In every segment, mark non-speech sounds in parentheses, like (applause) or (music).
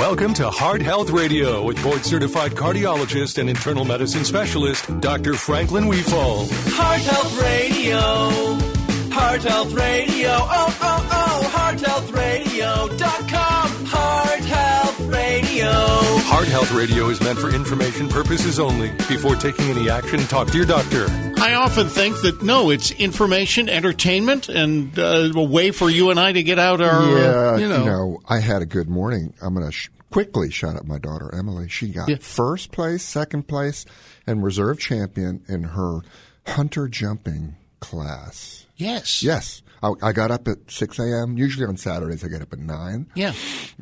Welcome to Heart Health Radio with board certified cardiologist and internal medicine specialist, Dr. Franklin Weefall. Heart Health Radio. Heart Health Radio. Oh, oh, oh. HeartHealthRadio.com. Heart Health Radio. Heart Health Radio is meant for information purposes only. Before taking any action, talk to your doctor. I often think that no, it's information, entertainment, and uh, a way for you and I to get out our, yeah, uh, you know. I had a good morning. I'm going to sh- quickly shout out my daughter Emily. She got Yeah. first place, second place, and reserve champion in her hunter jumping class. Yes. Yes, I, I got up at six a.m. Usually on Saturdays, I get up at nine. Yeah.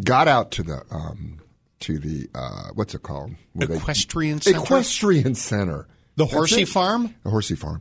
got out to the um, to the uh, what's it called? Where they- Equestrian Center? Equestrian Center. The That's horsey it. farm? The horsey farm,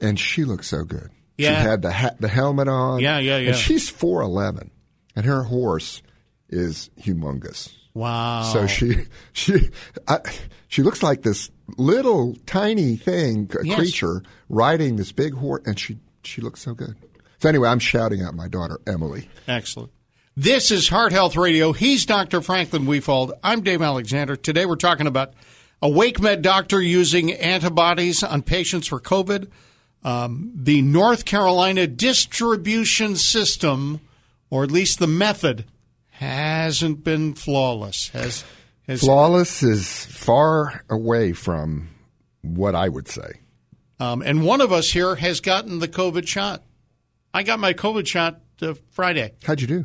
and she looked so good. Yeah. she had the ha- the helmet on. Yeah, yeah, yeah. And she's four eleven, and her horse is humongous. Wow. So she she I, she looks like this little tiny thing a Yes. creature riding this big horse, and she she looks so good. So anyway, I'm shouting out my daughter Emily. Excellent. This is Heart Health Radio. He's Dr. Franklin Weefald. I'm Dave Alexander. Today we're talking about a Wake Med doctor using antibodies on patients for COVID, um, the North Carolina distribution system, or at least the method, hasn't been flawless. Has, has Flawless is far away from what I would say. um, and one of us here has gotten the COVID shot. I got my COVID shot uh, Friday. How'd you do?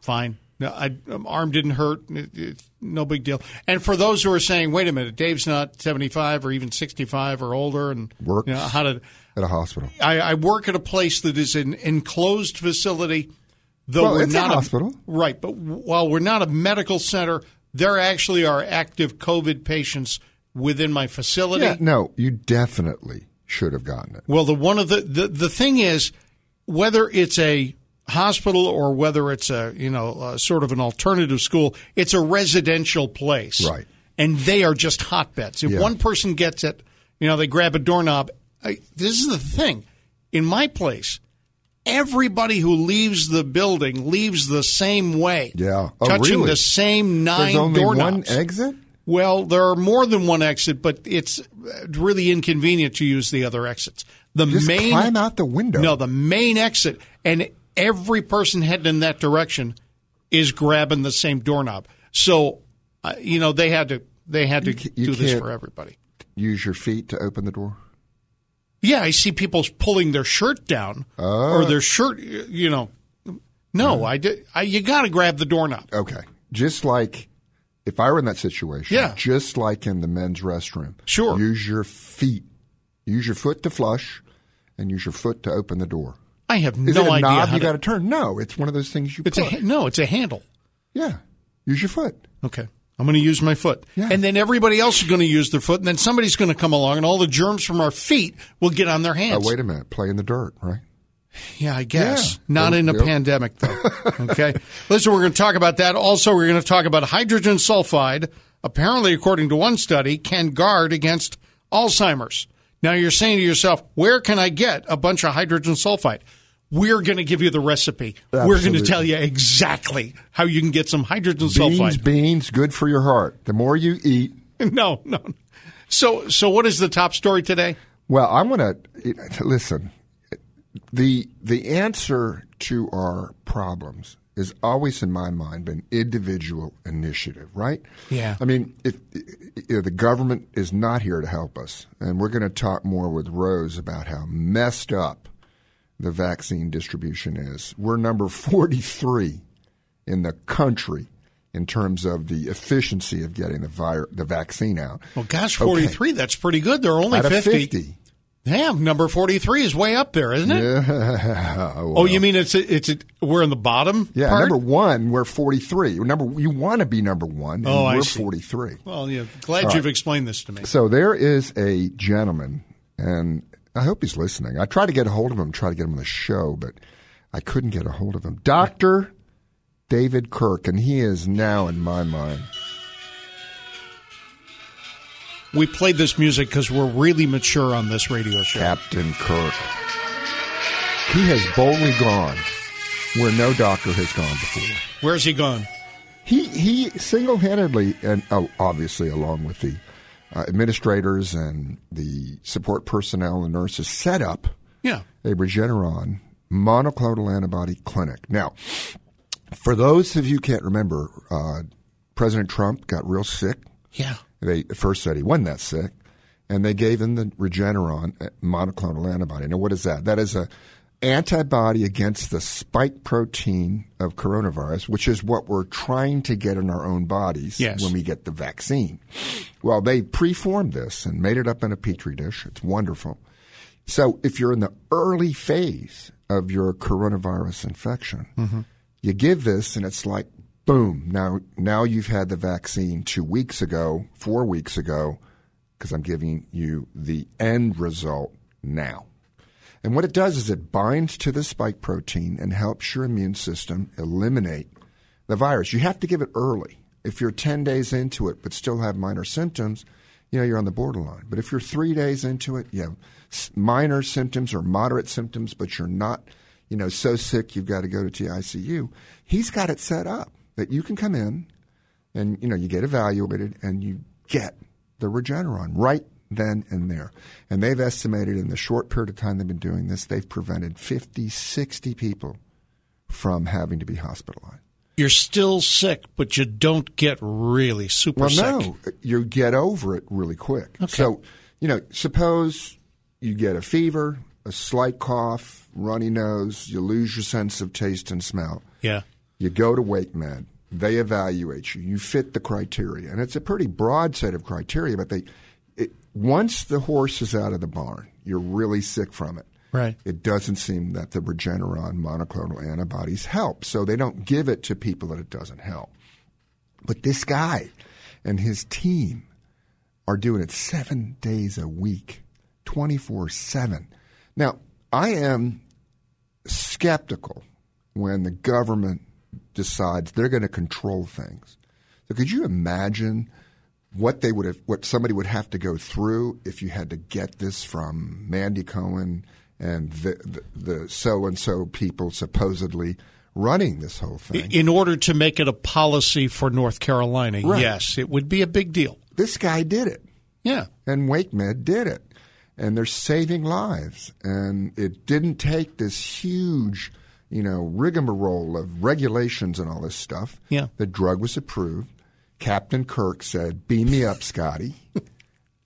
fine. No, I, um, arm didn't hurt. It- it- no big deal. And for those who are saying, wait a minute, Dave's not 75 or even 65 or older, and Works. you know, how did At a hospital. I, I work at a place that is an enclosed facility. Though Well, we're it's a not hospital. right? But while we're not a medical center, there actually are active COVID patients within my facility. Yeah, no, you definitely should have gotten it. Well, the one of the, the the thing is whether it's a hospital or whether it's a you know uh sort of an alternative school, it's a residential place, Right. And they are just hotbeds. If Yeah. one person gets it, you know, they grab a doorknob. I, this is the thing. In my place, everybody who leaves the building leaves the same way. Yeah. Oh, touching really? the same nine There's only one doorknobs. exit? Well, there are more than one exit, but it's really inconvenient to use the other exits. The Just main climb out the window. no, the main exit, and every person heading in that direction is grabbing the same doorknob. So, uh, you know, they had to they had to ca- you do this can't- for everybody. Use your feet to open the door. Yeah, I see people pulling their shirt down Uh-huh. Uh. or their shirt. You know, no, I did. I, you got to grab the doorknob. Okay. Just like if I were in that situation, Yeah. just like in the men's restroom. Sure. Use your feet. Use your foot to flush and use your foot to open the door. I have Is no it a idea. knob how you to- got to turn? No, it's one of those things you it's a put. ha- no. It's a handle. yeah. Use your foot. Okay. I'm going to use my foot. Yeah. And then everybody else is going to use their foot. And then somebody's going to come along and all the germs from our feet will get on their Oh, hands. wait a minute. Play in the dirt, right? Yeah, I guess. Yeah. Not in a Yep. (laughs) pandemic, though. Okay. Listen, we're going to talk about that. Also, we're going to talk about hydrogen sulfide. Apparently, according to one study, can guard against Alzheimer's. Now, you're saying to yourself, where can I get a bunch of hydrogen sulfide? We're going to give you the recipe. We're going to Absolutely. tell you exactly how you can get some hydrogen sulfide. Beans, beans, good for your heart. The more you eat, (laughs) no, no. So, so what is the top story today? Well, I'm going to listen. The the answer to our problems is always in my mind been individual initiative, right? Yeah. I mean, if you know, the government is not here to help us, and we're going to talk more with Rose about how messed up the vaccine distribution is. We're number 43 in the country in terms of the efficiency of getting the vir- the vaccine out. Well, gosh, Okay. 43, that's pretty good. They're only out of 50. 50 Damn, number 43 is way up there, isn't it? (laughs) oh, you mean it's a, it's a, we're in the bottom Yeah, part? number one, we're forty three. Number you want to be number one, and Oh, I we're see. forty three. Well, yeah, glad you've explained this to me. So there is a gentleman, and I hope he's listening. I tried to get a hold of him, try to get him on the show, but I couldn't get a hold of him. Doctor David Kirk, and he is now in my mind. We played this music because we're really mature on this radio show. Captain Kirk. He has boldly gone where no doctor has gone before. Where's he gone? He he single handedly and oh, obviously along with the uh, administrators and the support personnel and nurses set up Yeah. a Regeneron monoclonal antibody clinic. Now, for those of you who can't remember, uh, President Trump got real sick Yeah. they at first said he wasn't that sick, and they gave him the Regeneron uh, monoclonal antibody. Now, what is that? That is a antibody against the spike protein of coronavirus, which is what we're trying to get in our own bodies Yes. when we get the vaccine. Well, they preformed this and made it up in a petri dish. It's wonderful. So, if you're in the early phase of your coronavirus infection, Mm-hmm. you give this and it's like boom now now you've had the vaccine two weeks ago four weeks ago because i'm giving you the end result now and what it does is it binds to the spike protein and helps your immune system eliminate the virus you have to give it early if you're 10 days into it but still have minor symptoms you know you're on the borderline but if you're three days into it you have s- minor symptoms or moderate symptoms but you're not you know, so sick you've got to go to TICU. He's got it set up that you can come in and, you know, you get evaluated and you get the Regeneron right then and there. And they've estimated in the short period of time they've been doing this, they've prevented 50, 60 people from having to be hospitalized. You're still sick, but you don't get really super Well, sick. no, you get over it really quick. So, you know, suppose you get a fever, a slight cough, runny nose, you lose your sense of taste and smell. Yeah. You go to Wake Med. They evaluate you. You fit the criteria, and it's a pretty broad set of criteria. But they, it, once the horse is out of the barn, you're really sick from it. Right. It doesn't seem that the Regeneron monoclonal antibodies help, so they don't give it to people that it doesn't help. But this guy and his team are doing it seven days a week, 24 7. Now, I am skeptical when the government decides they're going to control things. So, could you imagine what they would have, what somebody would have to go through if you had to get this from Mandy Cohen and the the so and so people supposedly running this whole thing? In order to make it a policy for North Carolina, Right. yes, it would be a big deal. this guy did it. Yeah. and Wake Med did it. And they're saving lives. And it didn't take this huge, you know, rigmarole of regulations and all this stuff. Yeah. The drug was approved. Captain Kirk said, Beam me up, Scotty. (laughs)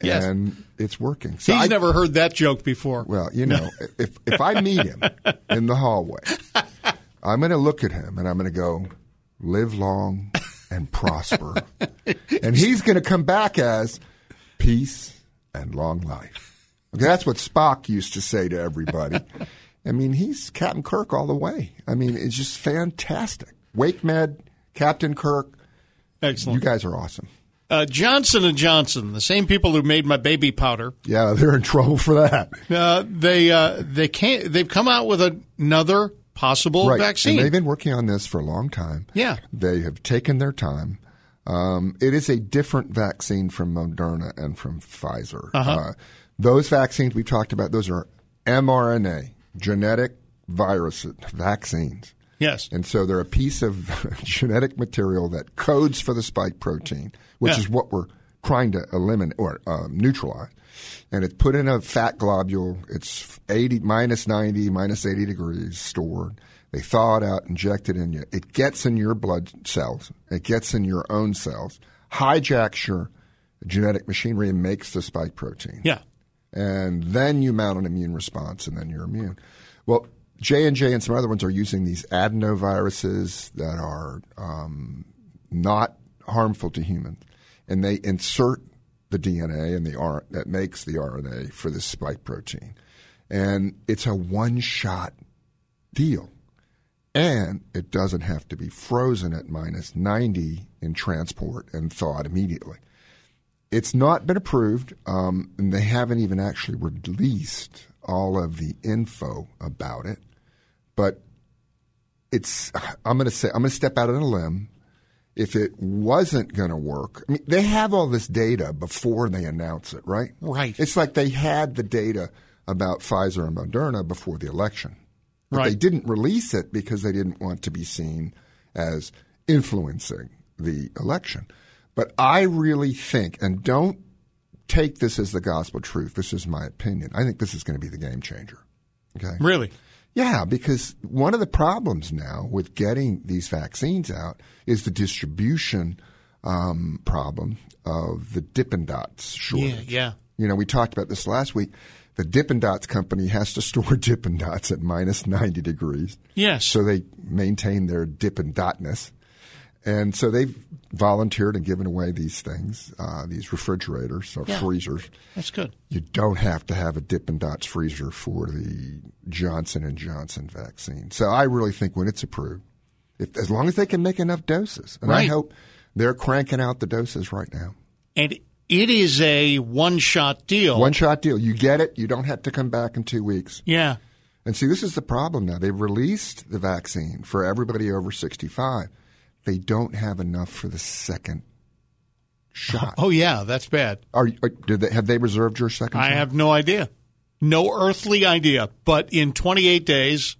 Yes. And it's working. So He's I- never heard that joke before. well, you (laughs) know, if if I meet him in the hallway, I'm going to look at him and I'm going to go, "Live long and (laughs) prosper," and he's going to come back as peace and long life. Okay, that's what Spock used to say to everybody. I mean, he's Captain Kirk all the way. I mean, it's just fantastic. Wake Med, Captain Kirk, you Excellent. guys are awesome. Uh, Johnson and Johnson, the same people who made my baby powder, Yeah, (laughs) they're in trouble for that. uh, they uh, they can't. They've come out with another possible right. vaccine. And they've been working on this for a long time. Yeah. They have taken their time. Um, it is a different vaccine from Moderna and from Pfizer. Uh, those vaccines we talked about, those are mRNA, genetic virus vaccines. yes. And so they're a piece of (laughs) genetic material that codes for the spike protein, which Yeah. is what we're trying to eliminate or uh, neutralize. And it's put in a fat globule. It's 80, minus 90, minus 80 degrees stored. They thaw it out, inject it in you. It gets in your blood cells. It gets in your own cells, hijacks your genetic machinery and makes the spike protein Yeah. and then you mount an immune response, and then you're immune. Well, J and J and some other ones are using these adenoviruses that are um, not harmful to humans, and they insert the DNA and the R that makes the RNA for this spike protein, and it's a one-shot deal, and it doesn't have to be frozen at minus ninety in transport and thawed immediately. It's not been approved, um, and they haven't even actually released all of the info about it. But it's I'm going to say I'm going to step out on a limb. If it wasn't going to work, I mean, they have all this data before they announce it, right? Right. It's like they had the data about Pfizer and Moderna before the election, but Right. they didn't release it because they didn't want to be seen as influencing the election. But I really think, and don't take this as the gospel truth. This is my opinion. I think this is going to be the game changer. Okay. Really? Yeah, because one of the problems now with getting these vaccines out is the distribution um, problem of the Dippin' Dots shortage. Yeah, yeah. You know, we talked about this last week. The Dippin' Dots company has to (laughs) store Dippin' Dots at minus 90 degrees. Yes. So they maintain their Dippin' Dotness. And so they've volunteered and given away these things, uh, these refrigerators or Yeah. freezers. That's good. You don't have to have a Dippin' Dots freezer for the Johnson and Johnson vaccine. So I really think when it's approved, if, as long as they can make enough doses, and I Right. hope they're cranking out the doses right now. And it is a one shot deal. One shot deal. You get it. You don't have to come back in two weeks. yeah. And see, this is the problem now. They've released the vaccine for everybody over 65. They don't have enough for the (laughs) second shot. Oh, yeah, that's bad. Are, you- are did they, have they reserved your second? I shot? have no idea. No earthly idea. But in 28 days,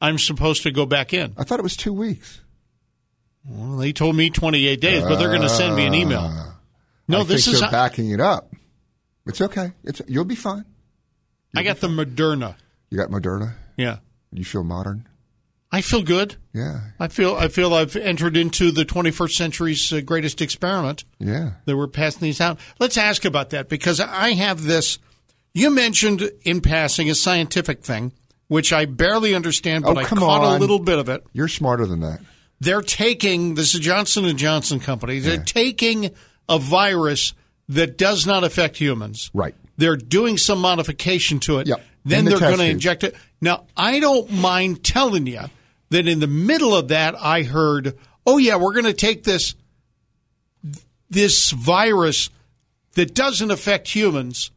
I'm supposed to go back in. I thought it was two weeks. Well, they told me 28 days, but they're going to send me an Ah. email. No, Uh, I this think is. they're how- backing it up. It's okay. It's you'll be fine. I got the Moderna. You got Moderna. Yeah. You feel modern. I feel good. Yeah, I feel I feel I've entered into the 21st century's uh, greatest experiment. yeah. that we're passing these out. Let's ask about that because I have this. You mentioned in passing a scientific thing, which I barely understand, but Oh, I come caught a on. little bit of it. You're smarter than that. They're taking this is Johnson and Johnson company. They're taking a virus that does not affect humans. Right. They're doing some modification to it. Yep. Then In the they're test going to tube. inject it. Now, I don't mind telling you that in the middle of that, I heard, "Oh yeah, we're going to take this this virus that doesn't affect humans."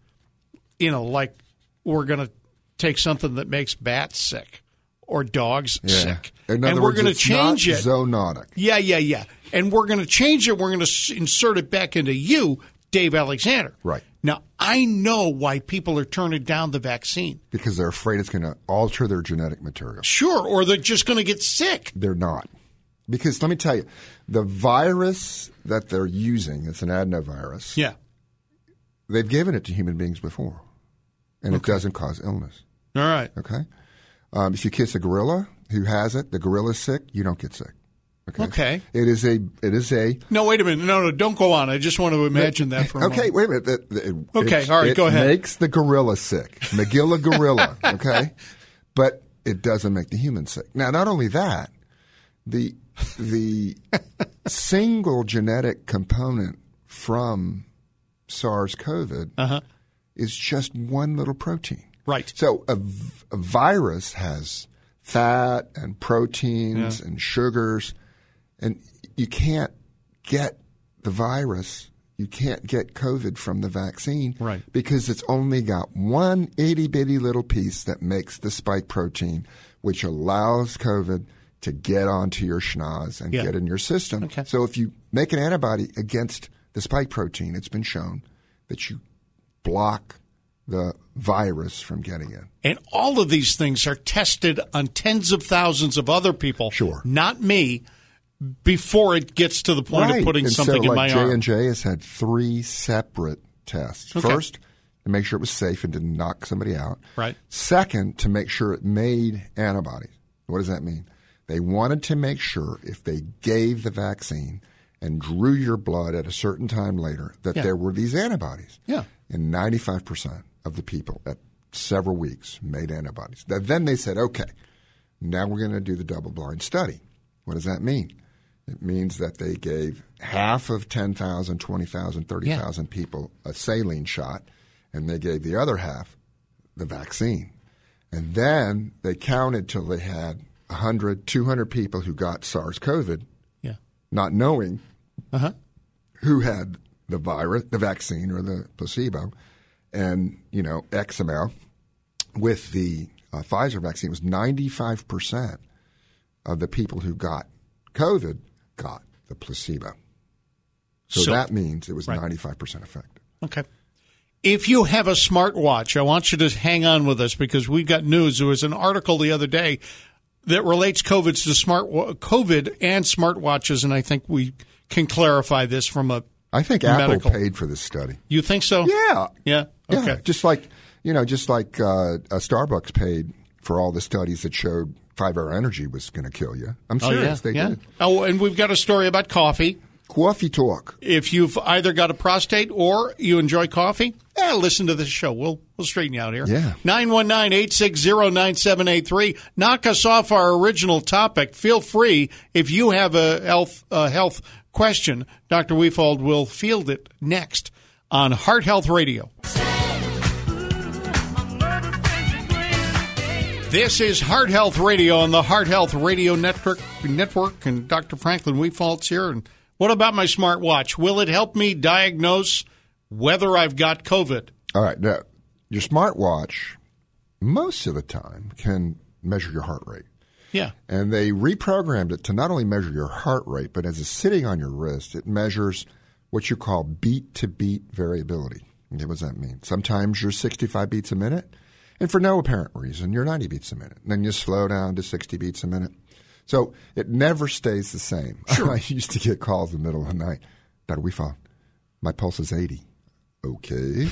You know, like we're going to take something that makes bats sick or dogs sick, In and other we're words, going to it's change not it. Zoonotic. Yeah, yeah, yeah. And we're going to change it. We're going to insert it back into you, Dave Alexander. Right. Now, I know why people are turning down the vaccine. because they're afraid it's going to alter their genetic material. Sure, or they're just going to get sick. They're not. Because let me tell you, the virus that they're using, it's an adenovirus, Yeah. they've given it to human beings before, and it doesn't cause illness. All right. Okay? Um, if you kiss a gorilla who has it, the gorilla's sick, you don't get sick. Okay? Okay. It is a, it is a, No, wait a minute. No, no, don't go on. I just want to imagine that for a okay, moment. wait a minute. That- that- it- Okay, it- all right, it go ahead. makes the gorilla (laughs) sick, Megilla gorilla, okay? But it doesn't make the human sick. Now, not only that, the (laughs) the single genetic component from SARS COVID is just one little protein. Uh-huh. Right. So a, v- a virus has fat and proteins and sugars, and you can't get the virus. You can't get COVID from the vaccine Right. because it's only got one itty bitty little piece that makes the spike protein, which allows COVID to get onto your schnoz and Yeah. get in your system. Okay. So if you make an antibody against the spike protein, it's been shown that you block the virus from getting in. And all of these things are tested on tens of thousands of other people. Sure. Not me. Before it gets to the point of putting and so, something in like, my J arm. and J has had three separate tests. Okay. First, to make sure it was safe and didn't knock somebody out. Right. Second, to make sure it made antibodies. What does that mean? They wanted to make sure if they gave the vaccine and drew your blood at a certain time later that Yeah. there were these antibodies. Yeah. And 95% of the people at several weeks made antibodies. Now, then they said, okay, now we're going to do the double blind study. What does that mean? It means that they gave half of 10,000, 20,000, 30,000 people a saline shot, and they gave the other half the vaccine. And then they counted till they had 100, 200 people who got SARS COVID, Yeah. not knowing Uh huh. who had the virus, the vaccine, or the placebo, and you know X amount. With the uh, Pfizer vaccine, it was ninety-five percent of the people who got COVID got the placebo. So, So- that means it was Right. ninety-five percent effective. Okay. If you have a smartwatch, I want you to hang on with us because we've got news. There was an article the other day that relates COVID to smart COVID and smartwatches, and I think we can clarify this from a. I think Apple medical. paid for this study. You think so? Yeah. Yeah. Yeah, Okay. Just like you know, just like uh, uh, Starbucks paid for all the studies that showed five-hour energy was going to kill you. I'm Oh, yeah. serious. They yeah. did. Oh, and we've got a story about coffee. Coffee talk. If you've either got a prostate or you enjoy coffee, eh, listen to this show. We'll we'll straighten you out here. Yeah. 919-860-9783. Knock us off our original topic. Feel free if you have a health a health question, Dr. Weefald will field it next on Heart Health Radio. This is Heart Health Radio on the Heart Health Radio Network. Network and Dr. Franklin Weefault's here. And what about my smartwatch? Will it help me diagnose whether I've got COVID? All right. Now, your smartwatch most of the time can measure your heart rate. Yeah. And they reprogrammed it to not only measure your heart rate, but as it's sitting on your wrist, it measures what you call beat to beat variability. Okay, what does that mean? Sometimes you're 65 beats a minute, and for no apparent reason, you're 90 beats a minute. And then you slow down to 60 beats a minute. So it never stays the same. (laughs) I used to get calls in the middle of the night. Dr. We found my pulse is 80. Okay.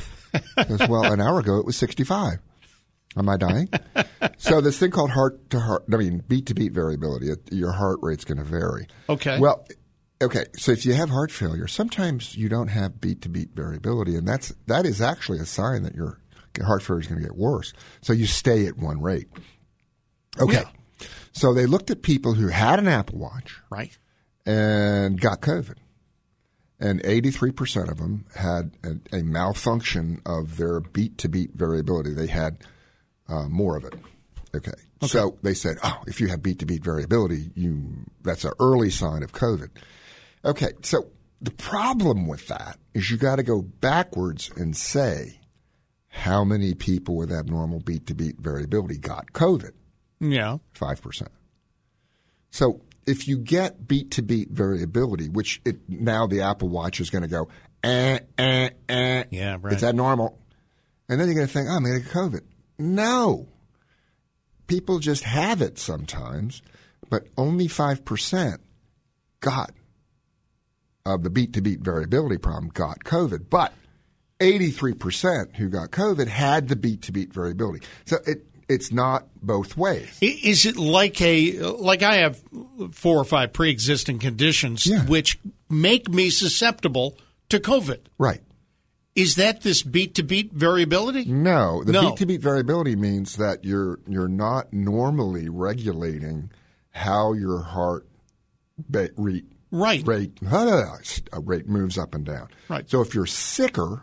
Because, well, an hour ago it was 65. Am I dying? so this thing called heart to heart, I mean beat to beat variability. It, your heart rate's going to vary. Okay. Well, okay. So if you have heart failure, sometimes you don't have beat to beat variability, and that's that is actually a sign that your heart failure is going to get worse. So you stay at one rate. Okay. So they looked at people who had an Apple Watch Right. and got COVID. And 83% of them had a, a malfunction of their beat to beat variability. They had uh, more of it. Okay. So they said, oh, if you have beat to beat variability, you that's an early sign of COVID. Okay. So the problem with that is you got to go backwards and say how many people with abnormal beat to beat variability got COVID Yeah. five percent. So if you get beat to beat variability, which it, now the Apple Watch is going to go, eh, eh, eh, Yeah, right. it's abnormal, and then you're going to think, oh, I'm going to get COVID. No, people just have it sometimes, but only five percent got of the beat to beat variability problem got COVID, but 83% who got COVID had the beat to beat variability. So it it's not both ways. I- Is it like a like I have four or five pre-existing conditions Yeah. which make me susceptible to COVID? Right. Is that this beat to beat variability? No, the No. beat to beat variability means that you're you're not normally regulating how your heart ba- re- Right. rate (laughs) uh, rate moves up and down. Right. So if you're sicker,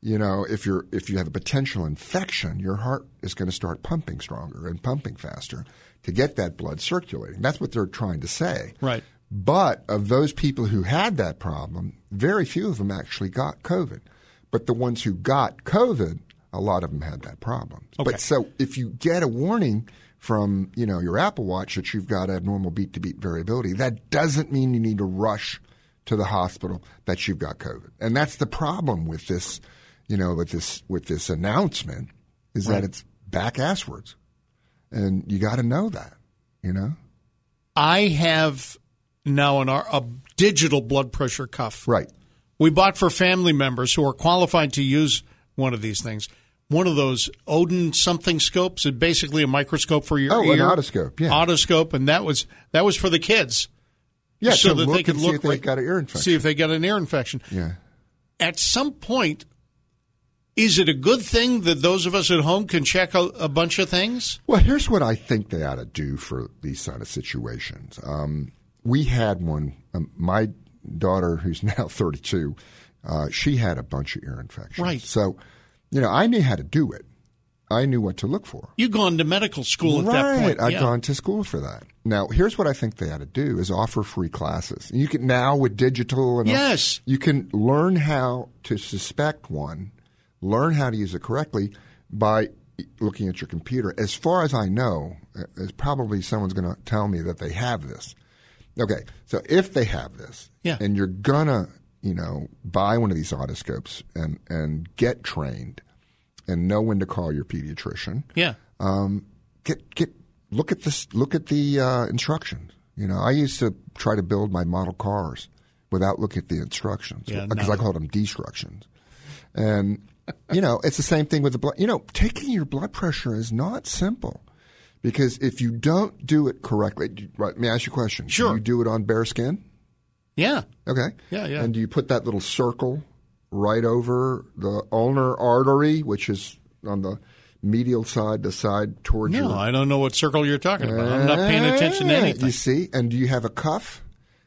you know, if you're if you have a potential infection, your heart is going to start pumping stronger and pumping faster to get that blood circulating. That's what they're trying to say. Right. But of those people who had that problem, very few of them actually got COVID. But the ones who got COVID, a lot of them had that problem. Okay. But so if you get a warning from you know your Apple Watch that you've got abnormal beat to beat variability, that doesn't mean you need to rush to the hospital that you've got COVID. And that's the problem with this, you know, with this with this announcement is that it's back asswards, and you got to know that, you know. I have now an, ar- a digital blood pressure cuff. Right. We bought for family members who are qualified to use one of these things. One of those Odin something scopes, it's basically a microscope for your Oh, an ear. otoscope, yeah. Otoscope, and that was that was for the kids, Yeah, so to that look they could and look see if they've right- got an ear infection. see if they got an ear infection. yeah. At some point, is it a good thing that those of us at home can check a, a bunch of things? Well, here's what I think they ought to do for these kind of situations. Um, we had one. Um, my daughter, who's (laughs) now 32, uh, she had a bunch of ear infections. Right. So, you know, I knew how to do it. I knew what to look for. You've gone to medical school at right. that point. I've yeah. gone to school for that. Now, here's what I think they ought to do: is offer free classes. You can now with digital and all- Yes. you can learn how to suspect one, learn how to use it correctly by looking at your computer. As far as I know, uh, there's probably someone's going to tell me that they have this. Okay, so if they have this, Yeah. and you're gonna, you know, buy one of these otoscopes and and get trained, and know when to call your pediatrician Yeah. Um, get get look at this look at the uh, instructions. You know, I used to try to build my model cars without looking at the instructions Yeah, because no. I called them destructions. And you know, it's the same thing with the blood. You know, taking your blood pressure is not simple because if you don't do it correctly, do- right? Let me ask you a question. Do Sure. you do it on bare skin. Yeah. Okay. Yeah, yeah. And do you put that little circle right over the ulnar artery, which is on the medial side, the side towards No, your I don't know what circle you're talking about. I'm not paying attention to Ah, anything. You see, and do you have a cuff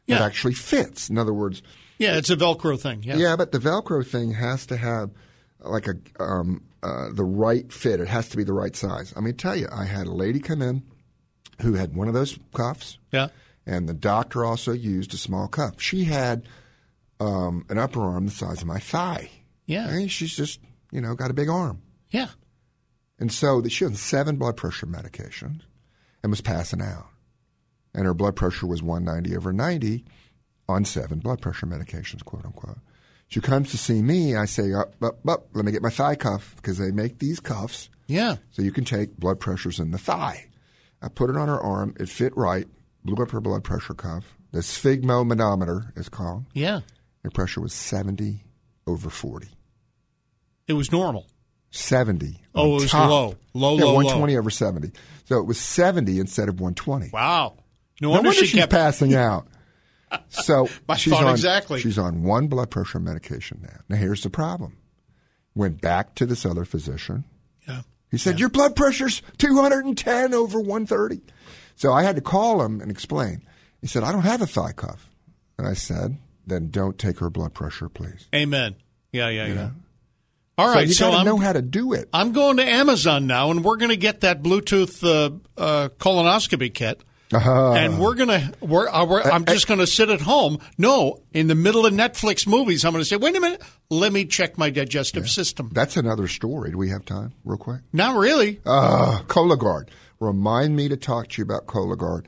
that Yeah. actually fits? In other words, Yeah, it's a Velcro thing. Yeah. yeah. but the Velcro thing has to have like a um, uh, the right fit. It has to be the right size. I mean, tell you, I had a lady come in who had one of those cuffs, Yeah. and the doctor also used a small cuff. She had um, an upper arm the size of my thigh. Yeah. I mean, she's just you know got a big arm. Yeah. And so that she was on seven blood pressure medications and was passing out. And her blood pressure was 190 over 90 on seven blood pressure medications, quote unquote. She comes to see me. I say, up, up, up, let me get my thigh cuff because they make these cuffs Yeah. so you can take blood pressures in the thigh. I put it on her arm. It fit right, blew up her blood pressure cuff. The sphygmomanometer is called. Yeah. Her pressure was 70 over 40. It was normal. 70. Oh, on it was top. low. Low, yeah, low, low. 120 over 70. So it was 70 instead of 120. Wow. No No wonder, wonder she she's kept. (laughs) passing out. So I she's thought on, exactly. She's on one blood pressure medication now. Now here's the problem. Went back to this other physician. Yeah. He said, Your blood pressure's 210 over 130. So I had to call him and explain. He said, I don't have a thigh cuff. And I said, Then don't take her blood pressure, please. Amen. Yeah, yeah, yeah. All right, you so, gotta I'm know how to do it. I'm going to Amazon now, and we're going to get that Bluetooth uh, uh, colonoscopy kit. Uh. And we're gonna, we're, uh, we're, I'm just gonna sit at home. No, in the middle of Netflix movies, I'm gonna say, "Wait a minute, let me check my digestive system." That's another story. Do we have time, real quick? Not really. Uh, Cologuard. Remind me to talk to you about Cologuard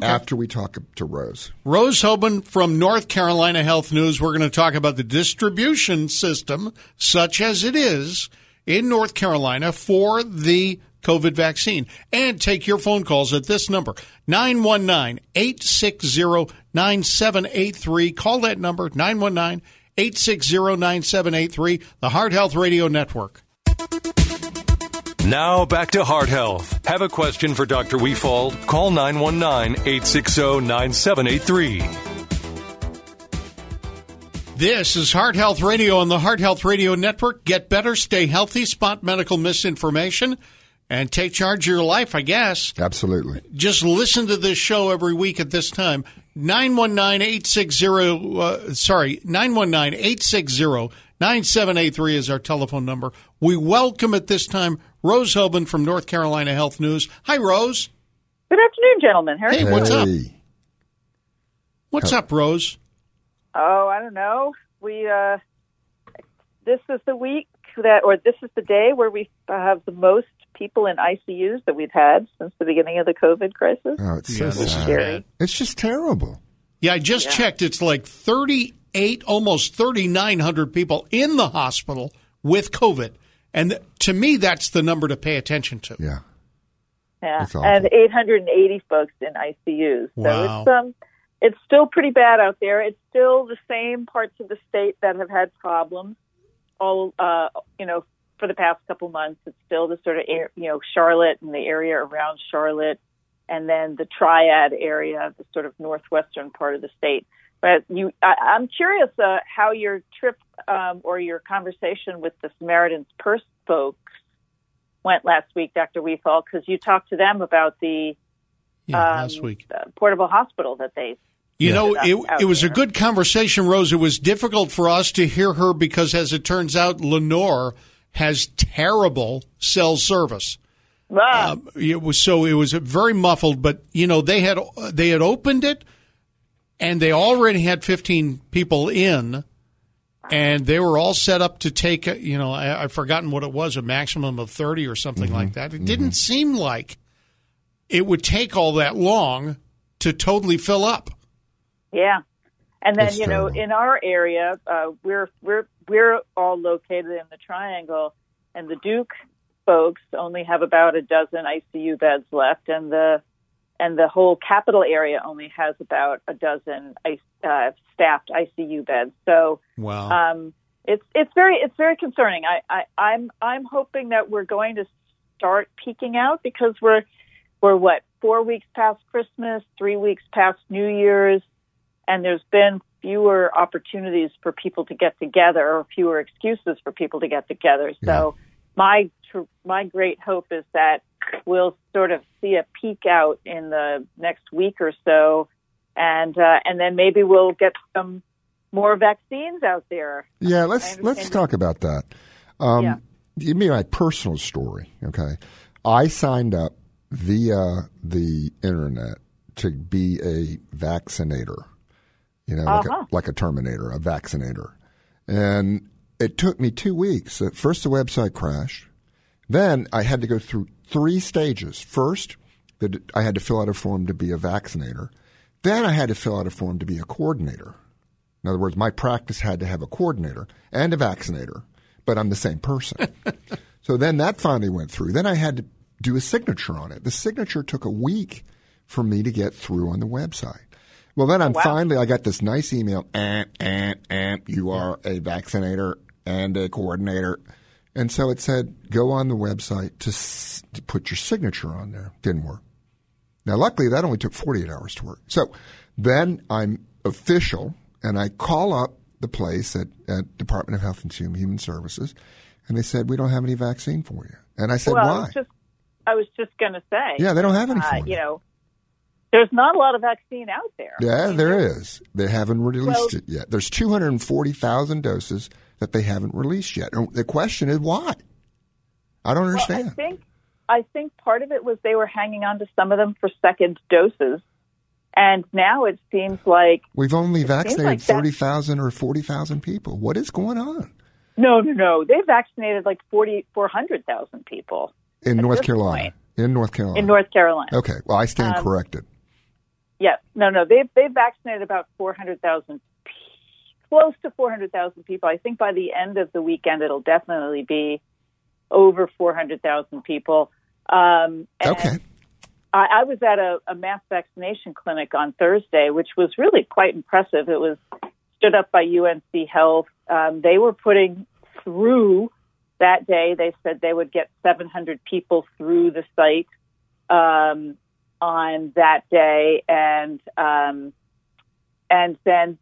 after we talk to Rose. Rose Hoban from North Carolina Health News. We're going to talk about the distribution system, such as it is in North Carolina for the COVID vaccine. And take your phone calls at this number, 919 860 9783. Call that number, 919 860 9783, the Heart Health Radio Network. Now back to Heart Health. Have a question for Dr. Weefald? Call 919 860 9783. This is Heart Health Radio on the Heart Health Radio Network. Get better, stay healthy, spot medical misinformation, and take charge of your life, I guess. Absolutely. Just listen to this show every week at this time. 919-860, uh, sorry, 919-860-9783 is our telephone number. We welcome at this time Rose Hoban from North Carolina Health News. Hi, Rose. Good afternoon, gentlemen. How are Hey, you? what's up? Hey. What's up, Rose? Oh, I don't know. We uh, this is the week that, or this is the day where we have the most people in ICUs that we've had since the beginning of the COVID crisis. Oh, it's so this is sad. Scary. It's just terrible. Yeah, I just checked. It's like 38, almost 3,900 people in the hospital with COVID. And th- to me, that's the number to pay attention to. Yeah. Yeah, That's awful. and 880 folks in ICUs. So Wow. it's um, it's still pretty bad out there. It's still the same parts of the state that have had problems. All uh, you know, for the past couple months, it's still the sort of air- you know Charlotte and the area around Charlotte, and then the Triad area, the sort of northwestern part of the state. But you, I, I'm curious uh, how your trip um, or your conversation with the Samaritan's Purse folks went last week, Dr. Weefall, because you talked to them about the Yeah, Um, last week. uh, portable hospital that they. You know, That's it, out it was a there. good conversation, Rose. It was difficult for us to hear her because, as it turns out, Lenore has terrible cell service. Ah, Um, it was so it was very muffled, but you know they had they had opened it, and they already had fifteen people in, and they were all set up to take uh, you know I, I've forgotten what it was a maximum of thirty or something like that. It didn't seem like it would take all that long to totally fill up. yeah, and then That's you know, terrible. in our area, uh, we're we're we're all located in the Triangle, and the Duke folks only have about a dozen ICU beds left, and the and the whole capital area only has about a dozen uh, staffed ICU beds. So Uh, Wow. um, it's it's very it's very concerning. I, I I'm I'm hoping that we're going to start peaking out because we're we're what four weeks past Christmas, three weeks past New Year's, and there's been fewer opportunities for people to get together or fewer excuses for people to get together. So my tr- my great hope is that we'll sort of see a peak out in the next week or so, and uh, and then maybe we'll get some more vaccines out there. Yeah, I let's understand let's that. talk about that. Um, Yeah. Give me my personal story. Okay, I signed up via the internet to be a vaccinator. You know, like, Uh-huh. a, like a terminator, a vaccinator, and it took me two weeks. At First, the website crashed. Then I had to go through three stages. First, the, I had to fill out a form to be a vaccinator. Then I had to fill out a form to be a coordinator. In other words, my practice had to have a coordinator and a vaccinator, but I'm the same person. so then that finally went through. Then I had to do a signature on it. The signature took a week for me to get through on the website. Well, then I'm finally, I got this nice email, and, and, and, you are a vaccinator and a coordinator. And so it said, go on the website to, s- to put your signature on there. Didn't work. Now, luckily, that only took 48 hours to work. So then I'm official, and I call up the place at, at Department of Health and Hum- Human Services, and they said, we don't have any vaccine for you. And I said, well, I why? was just I was just going to say, yeah, they don't have any for uh, you. you know, there's not a lot of vaccine out there. Yeah, there is. They haven't released it yet. There's 240,000 doses that they haven't released yet. And the question is why? I don't Well, understand. I think I think part of it was they were hanging on to some of them for second doses, and now it seems like We've only vaccinated like that- 30,000 or 40,000 people. What is going on no, no, no, they vaccinated like forty four hundred thousand people in At North this Carolina? point- in North Carolina. in North Carolina. Um, Okay, well, I stand corrected. Yes, no, no, they've they've vaccinated about four hundred thousand, close to four hundred thousand people. I think by the end of the weekend, it'll definitely be over four hundred thousand people. Um, and Okay. I, I was at a, a mass vaccination clinic on Thursday, which was really quite impressive. It was stood up by UNC Health. Um, they were putting through that day. They said they would get 700 people through the site um, on that day, and um, and then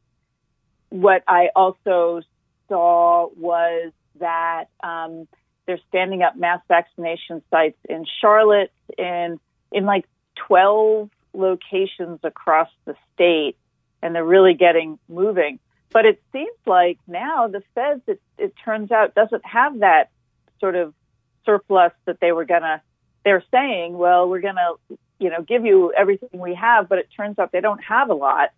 what I also saw was that um, they're standing up mass vaccination sites in Charlotte, in in like 12 locations across the state, and they're really getting moving. But it seems like now the feds, it, it turns out, doesn't have that sort of surplus that they were gonna. They're saying, well, we're gonna, you know, give you everything we have, but it turns out they don't have a lot.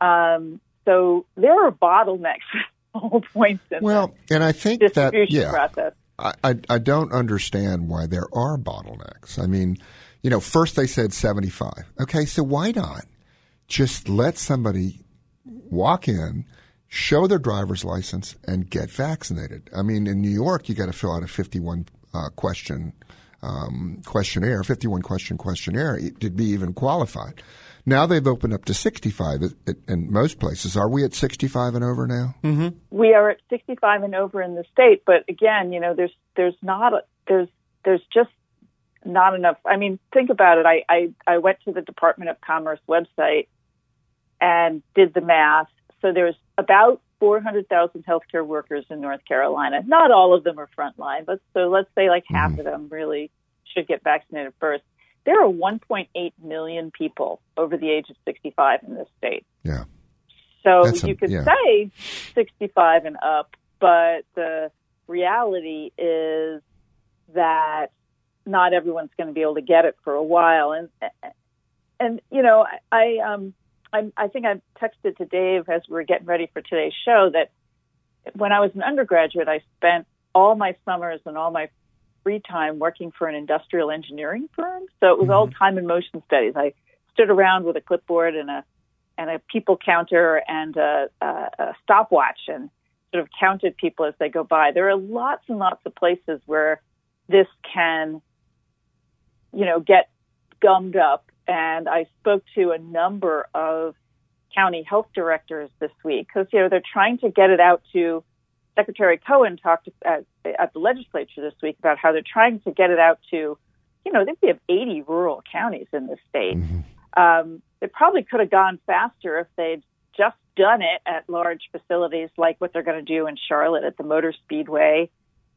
Um, so there are bottlenecks. (laughs) at All points in Well, and I think the that, distribution Uh, yeah. process. I, I I don't understand why there are bottlenecks. I mean, you know, first they said 75. Okay, so why not just let somebody walk in, show their driver's license, and get vaccinated? I mean, in New York, you got to fill out a 51 uh, question um, questionnaire, 51 question questionnaire e- to be even qualified. Now they've opened up to 65 i- i- in most places. Are we at 65 and over now? we are at 65 and over in the state but again you know there's there's not a, there's there's just not enough i mean think about it I, I i went to the department of commerce website and did the math so there's about 400,000 healthcare workers in North Carolina. Not all of them are frontline, but so let's say like half of them really should get vaccinated first. There are 1.8 million people over the age of 65 in this state. Yeah. So That's a- you could yeah. say 65 and up, but the reality is that not everyone's going to be able to get it for a while. And and you know, I, I um I I think I texted to Dave as we were getting ready for today's show that when I was an undergraduate, I spent all my summers and all my free time working for an industrial engineering firm. So it was all time and motion studies. I stood around with a clipboard and a and a people counter and a, a, a stopwatch and sort of counted people as they go by. There are lots and lots of places where this can, you know, get gummed up and I spoke to a number of county health directors this week because you know they're trying to get it out to Secretary Cohen talked at, at the legislature this week about how they're trying to get it out to you know I think we have 80 rural counties in the state. Um, they probably could have gone faster if they'd just done it at large facilities like what they're going to do in Charlotte at the Motor Speedway.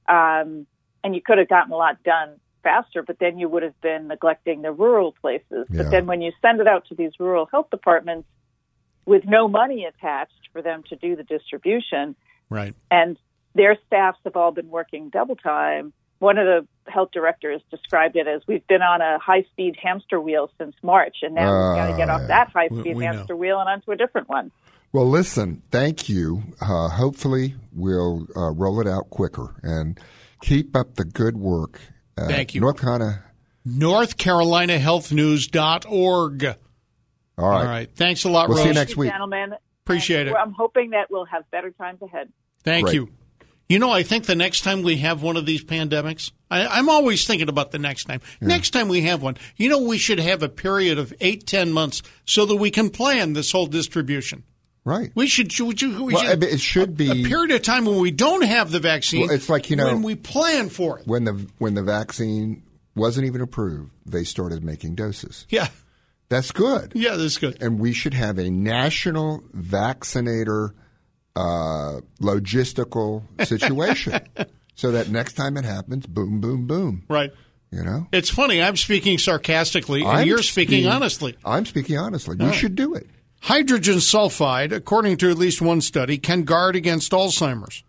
Um, and you could have gotten a lot done faster, but then you would have been neglecting the rural places. Yeah. But then when you send it out to these rural health departments with no money attached for them to do the distribution, Right. and their staffs have all been working double time. One of the health directors described it as we've been on a high speed hamster wheel since March, and now we've got to get Ah, off that high We- speed we know. hamster wheel and onto a different one. Well, listen, thank you. Uh, hopefully, we'll uh, roll it out quicker and keep up the good work. Uh, Thank you. North Carolina. North Carolina Health News.org. All right. All right. Thanks a lot, We'll Rose. see you next week. Gentlemen, Appreciate and it. I'm hoping that we'll have better times ahead. Thank Great. you. You know, I think the next time we have one of these pandemics, I, I'm always thinking about the next time. Next time we have one, you know, we should have a period of eight, ten months so that we can plan this whole distribution. Right. We should. should- We should, we Well, I should mean, it should be- a, period of time when we don't have the vaccine. Well, it's like, you know- when we plan for it. When the when the vaccine wasn't even approved, they started making doses. Yeah, That's good. yeah, that's good. and we should have a national vaccinator uh, logistical (laughs) situation so that next time it happens, boom, boom, boom. Right. You know? It's funny. I'm speaking sarcastically, and you're speaking honestly. Oh. I'm speaking honestly. We should do it. Hydrogen sulfide, according to at least one study, can guard against Alzheimer's.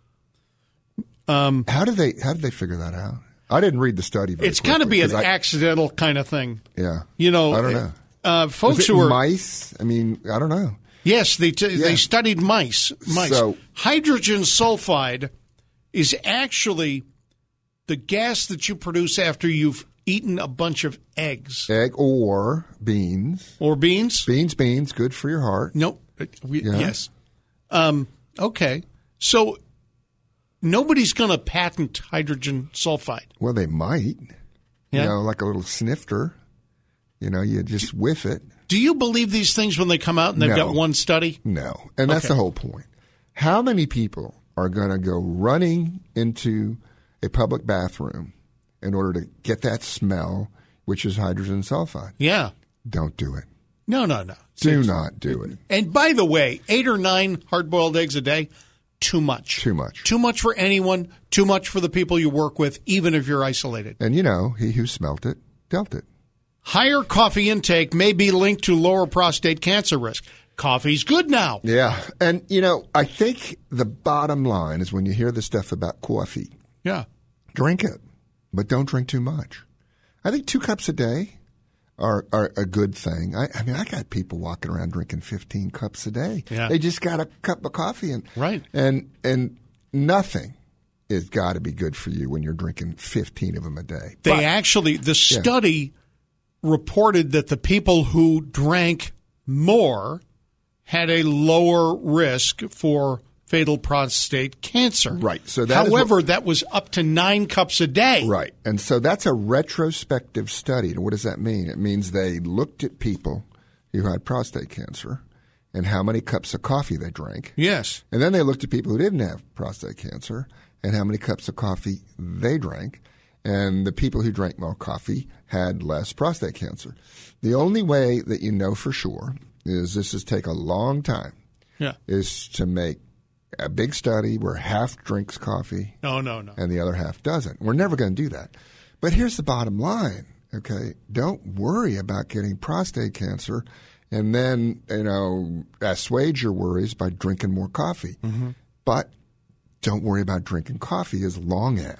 How did they how did they figure that out? I didn't read the study. Very Um, It's got to be an act. accidental kind of thing. Yeah. You know, I don't know. Uh, folks Was it who are mice? I mean, I don't know. yes, they t- Yeah. they studied mice. Mice. So- Hydrogen sulfide is actually the gas that you produce after you've eaten a bunch of eggs Egg or beans. or beans. Beans, beans, good for your heart. Nope. Uh, we- Yeah. Yes. Um, okay. So nobody's going to patent hydrogen sulfide. Well, they might. Yeah. You know, like a little snifter. You know, you just whiff it. Do you believe these things when they come out and they've No. got one study? No. And that's Okay. the whole point. How many people are going to go running into a public bathroom in order to get that smell, which is hydrogen sulfide? Yeah. Don't do it. No, no, no. Do not do it. And by the way, eight or nine hard boiled eggs a day, too much. Too much. Too much for anyone, too much for the people you work with, even if you're isolated. And you know, he who smelt it dealt it. Higher coffee intake may be linked to lower prostate cancer risk. Coffee's good now. Yeah. And, you know, I think the bottom line is when you hear the stuff about coffee, Yeah. drink it, but don't drink too much. I think two cups a day are, are a good thing. I, I mean, I got people walking around drinking 15 cups a day. Yeah. They just got a cup of coffee and Right. and and nothing has got to be good for you when you're drinking 15 of them a day. They actually, the study reported that the people who drank more had a lower risk for fatal prostate cancer. Right, so that is what- However, that was up to nine cups a day. Right. And so that's a retrospective study. And what does that mean? It means they looked at people who had prostate cancer and how many cups of coffee they drank. Yes. And then they looked at people who didn't have prostate cancer and how many cups of coffee they drank. And the people who drank more coffee had less prostate cancer. The only way that you know for sure is this is take a long time Yeah. is to make a big study where half drinks coffee No, no, no. and the other half doesn't. We're never going to do that. But here's the bottom line, okay? Don't worry about getting prostate cancer and then, you know, assuage your worries by drinking more coffee. Mm-hmm. But don't worry about drinking coffee as long as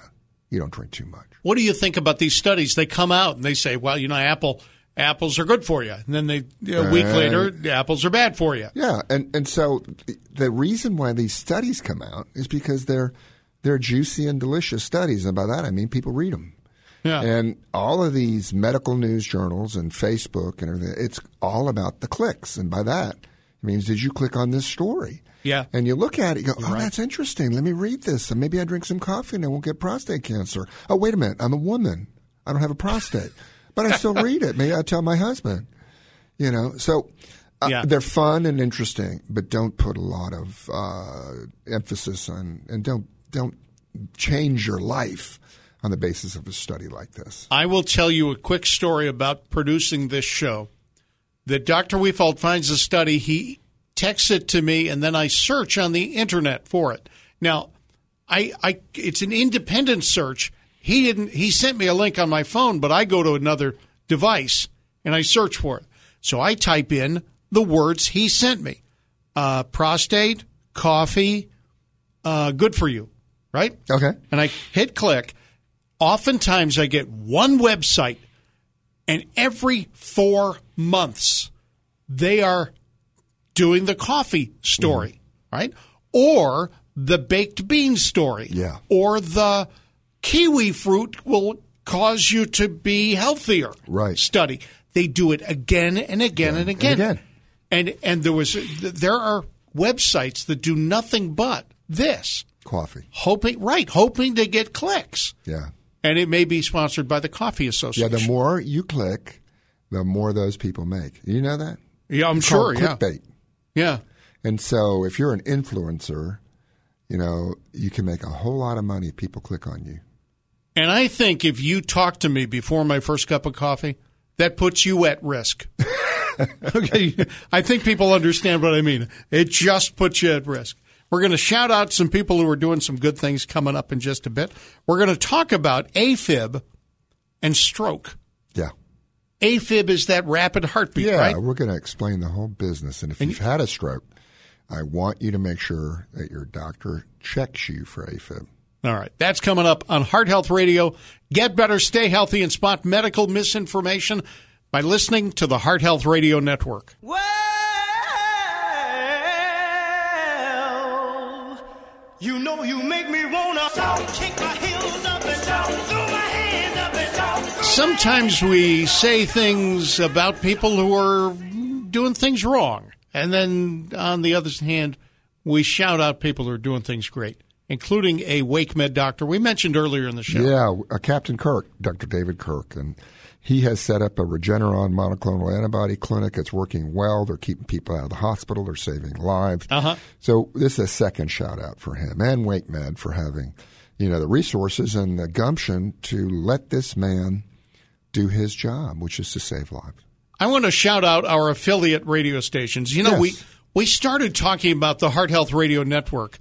you don't drink too much. What do you think about these studies? They come out and they say, well, you know, apple apples are good for you. And then they a week Uh, later, the apples are bad for you. Yeah, and and so th- the reason why these studies come out is because they're they're juicy and delicious studies, and by that I mean people read them. Yeah. And all of these medical news journals and Facebook and everything, it's all about the clicks, and by that it means did you click on this story? Yeah. And you look at it, you go, oh, that's interesting. Let me read this, and maybe I drink some coffee and I won't get prostate cancer. (laughs) Oh, wait a minute, I'm a woman. I don't have a prostate, but I still read it. Maybe I tell my husband. You know, so uh, Yeah. they're fun and interesting, but don't put a lot of uh, emphasis on and don't don't change your life on the basis of a study like this. I will tell you a quick story about producing this show. That Dr. Weefald finds a study, he texts it to me, and then I search on the internet for it. Now, I, I it's an independent search. He didn't he sent me a link on my phone, but I go to another device and I search for it. So I type in the words he sent me. Uh, prostate, coffee, uh, good for you, right? Okay. and I hit click, oftentimes I get one website, and every four months they are doing the coffee story, Mm-hmm. right? Or the baked bean story. Yeah. Or the kiwi fruit will cause you to be healthier. Right. Study. They do it again and again and again. again. And and there was there are websites that do nothing but this Coffee. hoping right, hoping to get clicks. Yeah. And it may be sponsored by the Coffee Yeah, Association. the more you click, the more those people make. You know that? Yeah, I'm It's sure. called Yeah, Clickbait. yeah, And so if you're an influencer, you know, you can make a whole lot of money if people click on you. and I think if you talk to me before my first cup of coffee, that puts you at risk. okay, I think people understand what I mean. It just puts you at risk. We're going to shout out some people who are doing some good things coming up in just a bit. We're going to talk about AFib and stroke. Yeah. AFib is that rapid heartbeat, Yeah, right? we're going to explain the whole business. And if you've had a stroke, I want you to make sure that your doctor checks you for AFib. All right. That's coming up on Heart Health Radio. Get better, stay healthy, and spot medical misinformation by listening to the Heart Health Radio Network. Well, you know you make me wanna kick my heels up and down, throw my hands up and down. Sometimes we say things about people who are doing things wrong. And then on the other hand, we shout out people who are doing things great, including a Wake Med doctor we mentioned earlier in the show. Yeah, uh, Captain Kirk, Dr. David Kirk, and he has set up a Regeneron monoclonal antibody clinic. It's working well. They're keeping people out of the hospital. They're saving lives. Uh-huh. So this is a second shout out for him and Wake Med for having, you know, the resources and the gumption to let this man do his job, which is to save lives. I want to shout out our affiliate radio stations. You know, Yes. we we started talking about the Heart Health Radio Network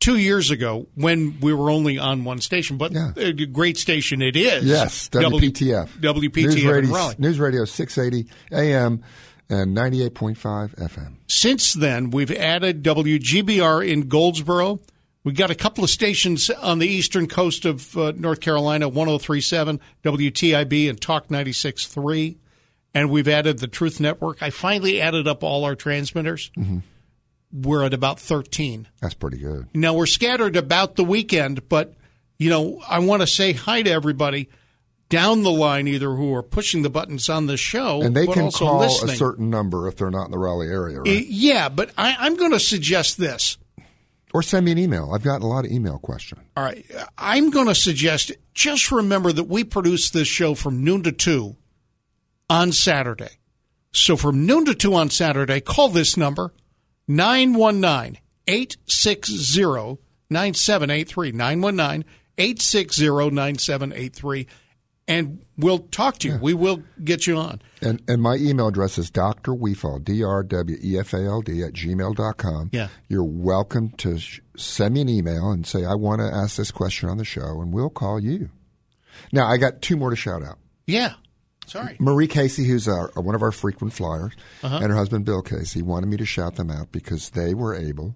two years ago when we were only on one station, but Yeah. a great station it is. Yes, W- WPTF. News WPTF in Radio, Raleigh. News Radio 680 AM and 98.5 FM. Since then, we've added WGBR in Goldsboro. We got a couple of stations on the eastern coast of uh, North Carolina, 1037, WTIB, and Talk 96.3. And we've added the Truth Network. I finally added up all our transmitters. We're at about 13. Mm-hmm. That's pretty good. Now we're scattered about the weekend, but you know, I want to say hi to everybody down the line, either who are pushing the buttons on the show, And they Oh, but can also call listening. a certain number if they're not in the Raleigh area, Uh, right? Yeah, but I, I'm going to suggest this. or send me an email. I've gotten a lot of email questions. All right, I'm going to suggest just remember that we produce this show from noon to two on Saturday. So from noon to two on Saturday, call this number 919 860 9783. 919 860 9783. And we'll talk to you. We will get you on. And and my email address is Dr. Weefald, D R W E F A L D, at gmail.com. Yeah. You're welcome to sh- send me an email and say, I want to ask this question on the show, and we'll call you. Now, I got two more to shout out. Yeah. Sorry. Marie Casey, who's our, uh, one of our frequent flyers, and her husband Bill Casey wanted me to shout them out because they were able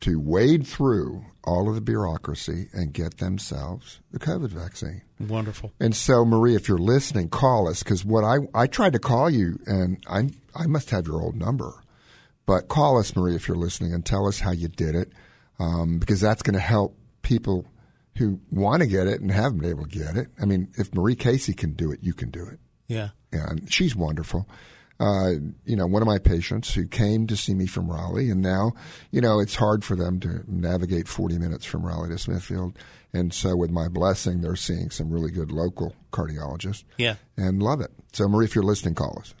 to wade through all of the bureaucracy and get themselves the COVID vaccine. Wonderful. And so, Marie, if you're listening, call us because what I I tried to call you, and I I must have your old number, but call us, Marie, if you're listening, and tell us how you did it, um, because that's going to help people who want to get it and haven't been able to get it. I mean, if Marie Casey can do it, you can do it Yeah. and she's wonderful. Uh, you know, one of my patients who came to see me from Raleigh, and now, you know, it's hard for them to navigate 40 minutes from Raleigh to Smithfield. And so, with my blessing, they're seeing some really good local cardiologists Yeah. and love it. So, Marie, if you're listening, call us.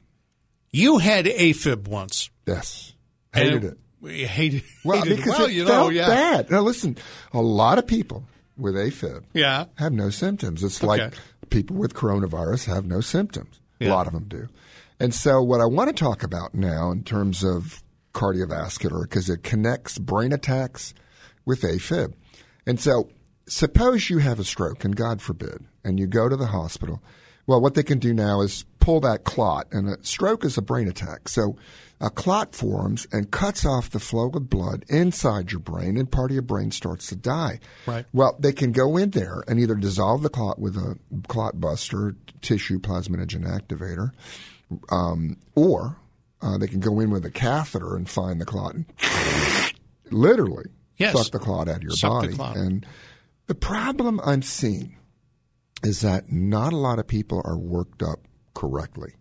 You had AFib once. Yes. Hated And it. We hated, Well, hated it. because Well, it you know, felt yeah. bad. Now, listen, a lot of people with AFib Yeah. have no symptoms. It's like Okay. people with coronavirus have no symptoms. Yeah. A lot of them do. And so, what I want to talk about now in terms of cardiovascular, because it connects brain attacks with AFib. And so, suppose you have a stroke, and God forbid, and you go to the hospital. Well, what they can do now is pull that clot, and a stroke is a brain attack. So, a clot forms and cuts off the flow of blood inside your brain, and part of your brain starts to die. Right. Well, they can go in there and either dissolve the clot with a clot buster, tissue plasminogen activator, um, or uh, they can go in with a catheter and find the clot and (laughs) literally Yes. suck the clot out of your Suck the body. clot. And the problem I'm seeing is that not a lot of people are worked up correctly.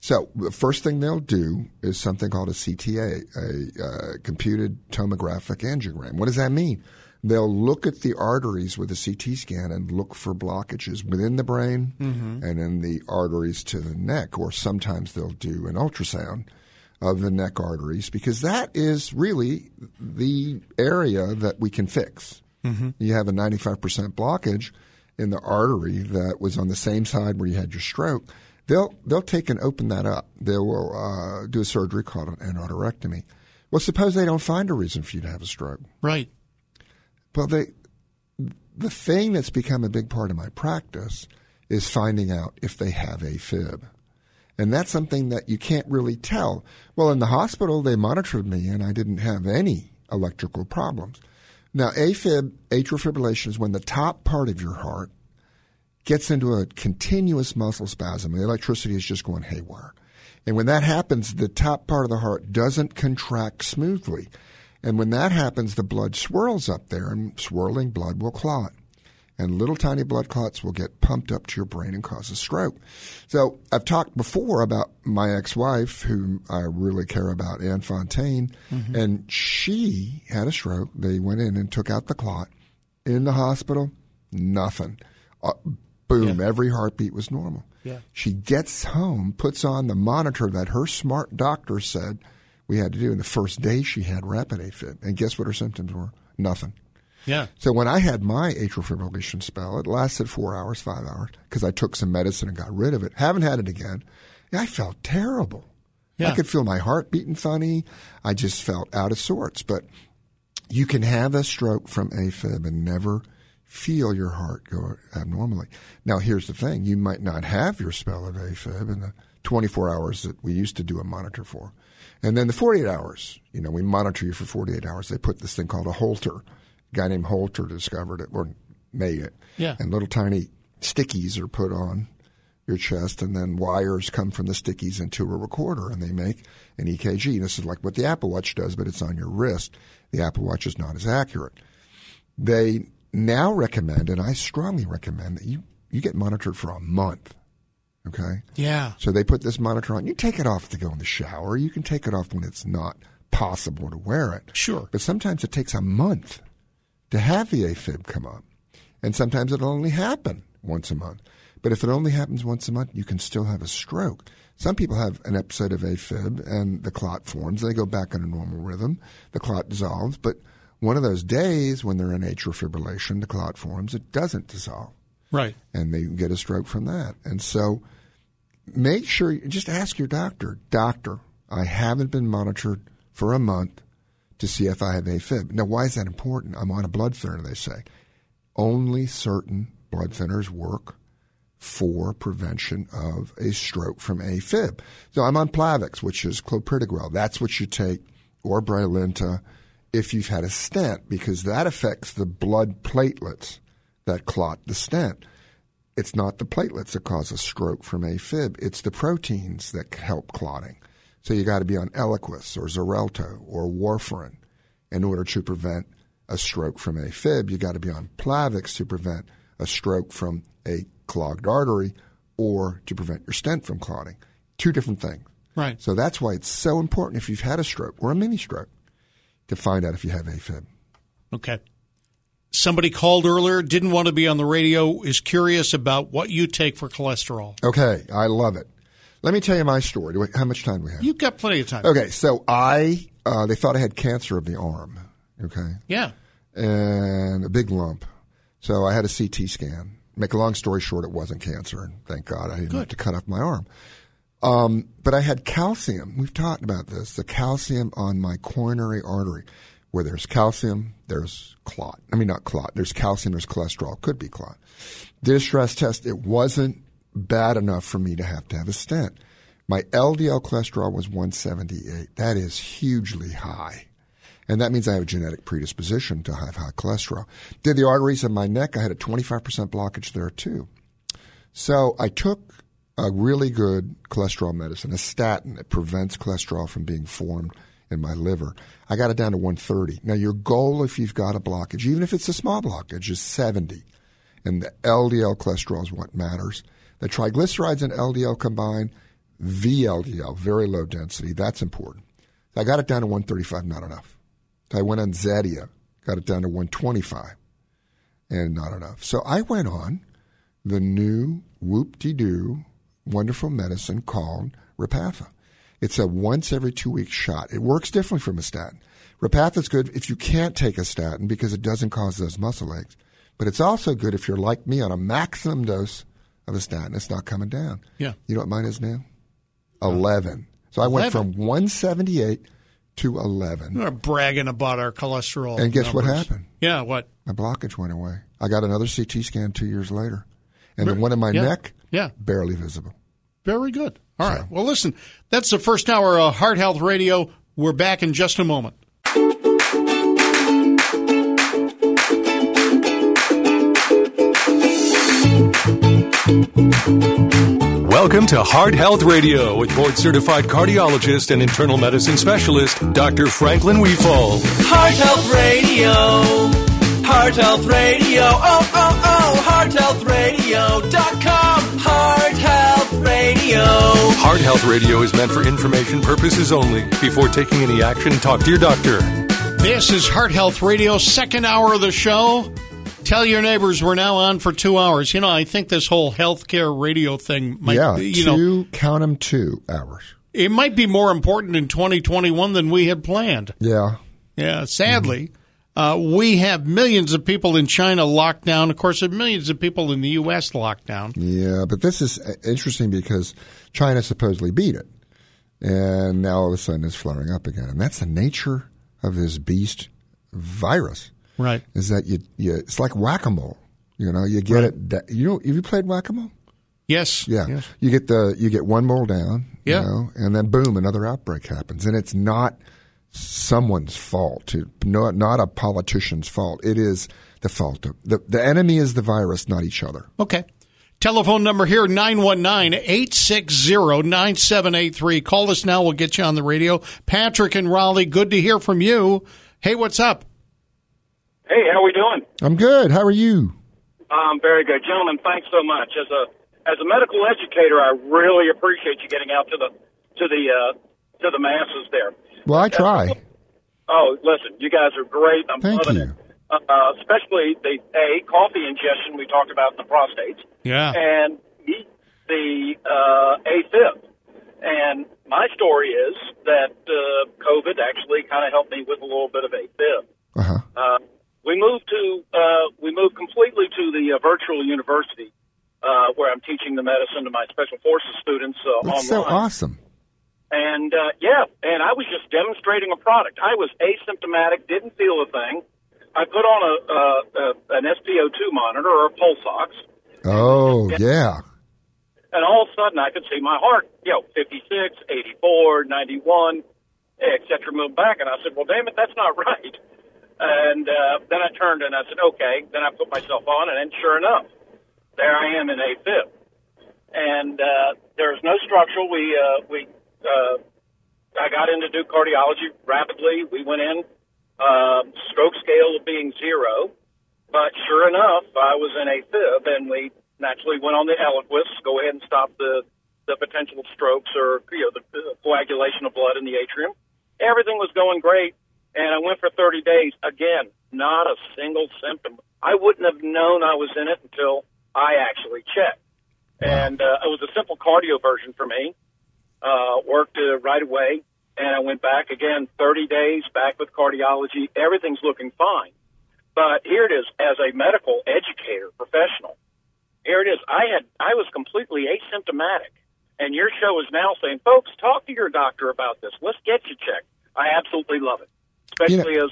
So the first thing they'll do is something called a CTA, a uh, computed tomographic angiogram. What does that mean? They'll look at the arteries with a CT scan and look for blockages within the brain Mm-hmm. and in the arteries to the neck, or sometimes they'll do an ultrasound of the neck arteries because that is really the area that we can fix. You have a 95% blockage in the artery that was on the same side where you had your stroke. They'll they'll take and open that up. They will uh, do a surgery called an aneuplorectomy. Well, suppose they don't find a reason for you to have a stroke. Right. Well, they, the thing that's become a big part of my practice is finding out if they have AFib. And that's something that you can't really tell. Well, in the hospital, they monitored me and I didn't have any electrical problems. Now, AFib, atrial fibrillation, is when the top part of your heart gets into a continuous muscle spasm and the electricity is just going haywire. And when that happens, the top part of the heart doesn't contract smoothly. And when that happens, the blood swirls up there and swirling blood will clot. And little tiny blood clots will get pumped up to your brain and cause a stroke. So I've talked before about my ex-wife, whom I really care about, Anne Fontaine, and she had a stroke. They went in and took out the clot in the hospital, nothing. Uh, boom, every heartbeat was normal. Yeah. She gets home, puts on the monitor that her smart doctor said we had to do. And the first day she had rapid AFib. And guess what her symptoms were? Nothing. Yeah. So when I had my atrial fibrillation spell, it lasted four hours, five hours, because I took some medicine and got rid of it. Haven't had it again. And I felt terrible. Yeah. I could feel my heart beating funny. I just felt out of sorts. But you can have a stroke from AFib and never feel your heart go abnormally. Now, here's the thing you might not have your spell of AFib in the 24 hours that we used to do a monitor for. And then the 48 hours, you know, we monitor you for 48 hours. They put this thing called a Holter. A guy named Holter discovered it or made it. Yeah. And little tiny stickies are put on your chest, and then wires come from the stickies into a recorder, and they make an E EKG. This is like what the Apple Watch does, but it's on your wrist. The Apple Watch is not as accurate. They now recommend, and I strongly recommend, that you, you get monitored for a month. Okay? Yeah. So they put this monitor on. You take it off to go in the shower. You can take it off when it's not possible to wear it. Sure. But sometimes it takes a month to have the AFib come up. And sometimes it'll only happen once a month. But if it only happens once a month, you can still have a stroke. Some people have an episode of AFib and the clot forms. They go back in a normal rhythm. The clot dissolves. But one of those days when they're in atrial fibrillation, the clot forms. It doesn't dissolve Right. and they get a stroke from that. And so make sure you just ask your doctor, doctor, I haven't been monitored for a month to see if I have AFib. Now, why is that important? I'm on a blood thinner, they say. Only certain blood thinners work for prevention of a stroke from AFib. So I'm on Plavix, which is clopidogrel. That's what you take, or Brilinta, if you've had a stent, because that affects the blood platelets that clot the stent. It's not the platelets that cause a stroke from AFib. It's the proteins that c- help clotting. So you got to be on Eliquis or Xarelto or Warfarin in order to prevent a stroke from AFib. You got to be on Plavix to prevent a stroke from a clogged artery or to prevent your stent from clotting. Two different things. Right. So that's why it's so important if you've had a stroke or a mini stroke to find out if you have AFib. Okay. Somebody called earlier, didn't want to be on the radio, is curious about what you take for cholesterol. Okay, I love it. Let me tell you my story. Do we, how much time do we have? You've got plenty of time. okay, so I uh, they thought I had cancer of the arm. Okay, Yeah. and a big lump. So I had a CT scan. Make a long story short, it wasn't cancer, and thank God I didn't have to cut off my arm. Um, but I had calcium. We've talked about this. The calcium on my coronary artery, where there's calcium, there's clot. I mean, not clot. There's calcium. There's cholesterol. Could be clot. Did a stress test. It wasn't bad enough for me to have to have a stent. My LDL cholesterol was 178. That is hugely high and that means I have a genetic predisposition to have high cholesterol. Did the arteries in my neck? I had a 25% blockage there too. So I took a really good cholesterol medicine, a statin that prevents cholesterol from being formed in my liver. I got it down to 130. Now your goal, if you've got a blockage, even if it's a small blockage, is 70. And the LDL cholesterol is what matters. The triglycerides and LDL combined, VLDL, very low density, that's important. I got it down to 135, not enough. I went on Zadia, got it down to 125, and not enough. So I went on the new whoop de doo wonderful medicine called Rapatha. It's a once every two week shot. It works differently from a statin. Rapatha's good if you can't take a statin because it doesn't cause those muscle aches. But it's also good if you're like me on a maximum dose of a statin. It's not coming down. Yeah. You know what mine is now? 11. So I went from 178 to 11. We're bragging about our cholesterol. And guess what numbers. happened? Yeah, what? My blockage went away. I got another CT scan two years later. And the one in my Yeah. neck, Yeah. barely visible. Very good. All right. Well, listen, that's the first hour of Heart Health Radio. We're back in just a moment. Welcome to Heart Health Radio with board certified cardiologist and internal medicine specialist, Dr. Franklin Weefall. Heart Health Radio. Heart Health Radio. Oh, oh, oh. HeartHealthRadio.com. Heart Health Radio. Heart Health Radio is meant for information purposes only. Before taking any action, talk to your doctor. This is Heart Health Radio, second hour of the show. Tell your neighbors we're now on for two hours. You know, I think this whole healthcare radio thing might, yeah, be, you two, know, count 'em, two hours. it might be more important in 2021 than we had planned. Yeah. Yeah, sadly, Mm-hmm. uh, we have millions of people in China locked down. Of course, there are millions of people in the U.S. locked down. Yeah, but this is uh, interesting because China supposedly beat it. And now all of a sudden it's flaring up again. And that's the nature of this beast virus. Right. Is that you, you it's like whack-a-mole. You know, you get it da- you know, have you played whack-a-mole? Yes. Yeah. You get the you get one mole down, Yeah. you know, and then boom, another outbreak happens. And it's not someone's fault. It- no, not a politician's fault. It is the fault of the, the enemy is the virus, not each other. Okay. Telephone number here 919-860-9783. Call us now, we'll get you on the radio. Patrick and Raleigh, good to hear from you. Hey, what's up? Hey, how we doing? I'm good. How are you? Um, very good, gentlemen. Thanks so much. As a as a medical educator, I really appreciate you getting out to the to the uh, to the masses there. Well, I try. Oh, listen, you guys are great. I'm Thank loving you. it. Uh, especially the a coffee ingestion we talked about in the prostates. Yeah. And B, the uh, AFib. And my story is that uh, COVID actually kind of helped me with a little bit of AFib. Uh huh. Uh, we moved to uh, we moved completely to the uh, virtual university uh, where I'm teaching the medicine to my special forces students uh, That's so online. awesome. And uh, yeah, and I was just demonstrating a product. I was asymptomatic, didn't feel a thing. I put on a, uh, a an SpO2 monitor or a pulse ox, Oh yeah. and all of a sudden I could see my heart, you know, 56, 84, 91, et cetera, move back. And I said, well, damn it, that's not (laughs) right. And uh, then I turned and I said, okay. Then I put myself on, and then sure enough, there I am in AFib. And uh, there's no structural. We uh, we uh, I got in to do cardiology rapidly. We went in um, stroke scale of being zero, but sure enough, I was in AFib, and we naturally went on the Eliquis. Go ahead and stop the the potential strokes or you know the, the coagulation of blood in the atrium. Everything was going great, and I went for 30 days. Again, not a single symptom. I wouldn't have known I was in it until I actually checked and uh, it was a simple cardio version for me. uh, worked uh, right away, and I went back again 30 days back with cardiology. Everything's looking fine. But here it is, as a medical educator professional, here it is. I had I was completely asymptomatic, and your show is now saying, folks, talk to your doctor about this. Let's get you checked. I absolutely love it, especially as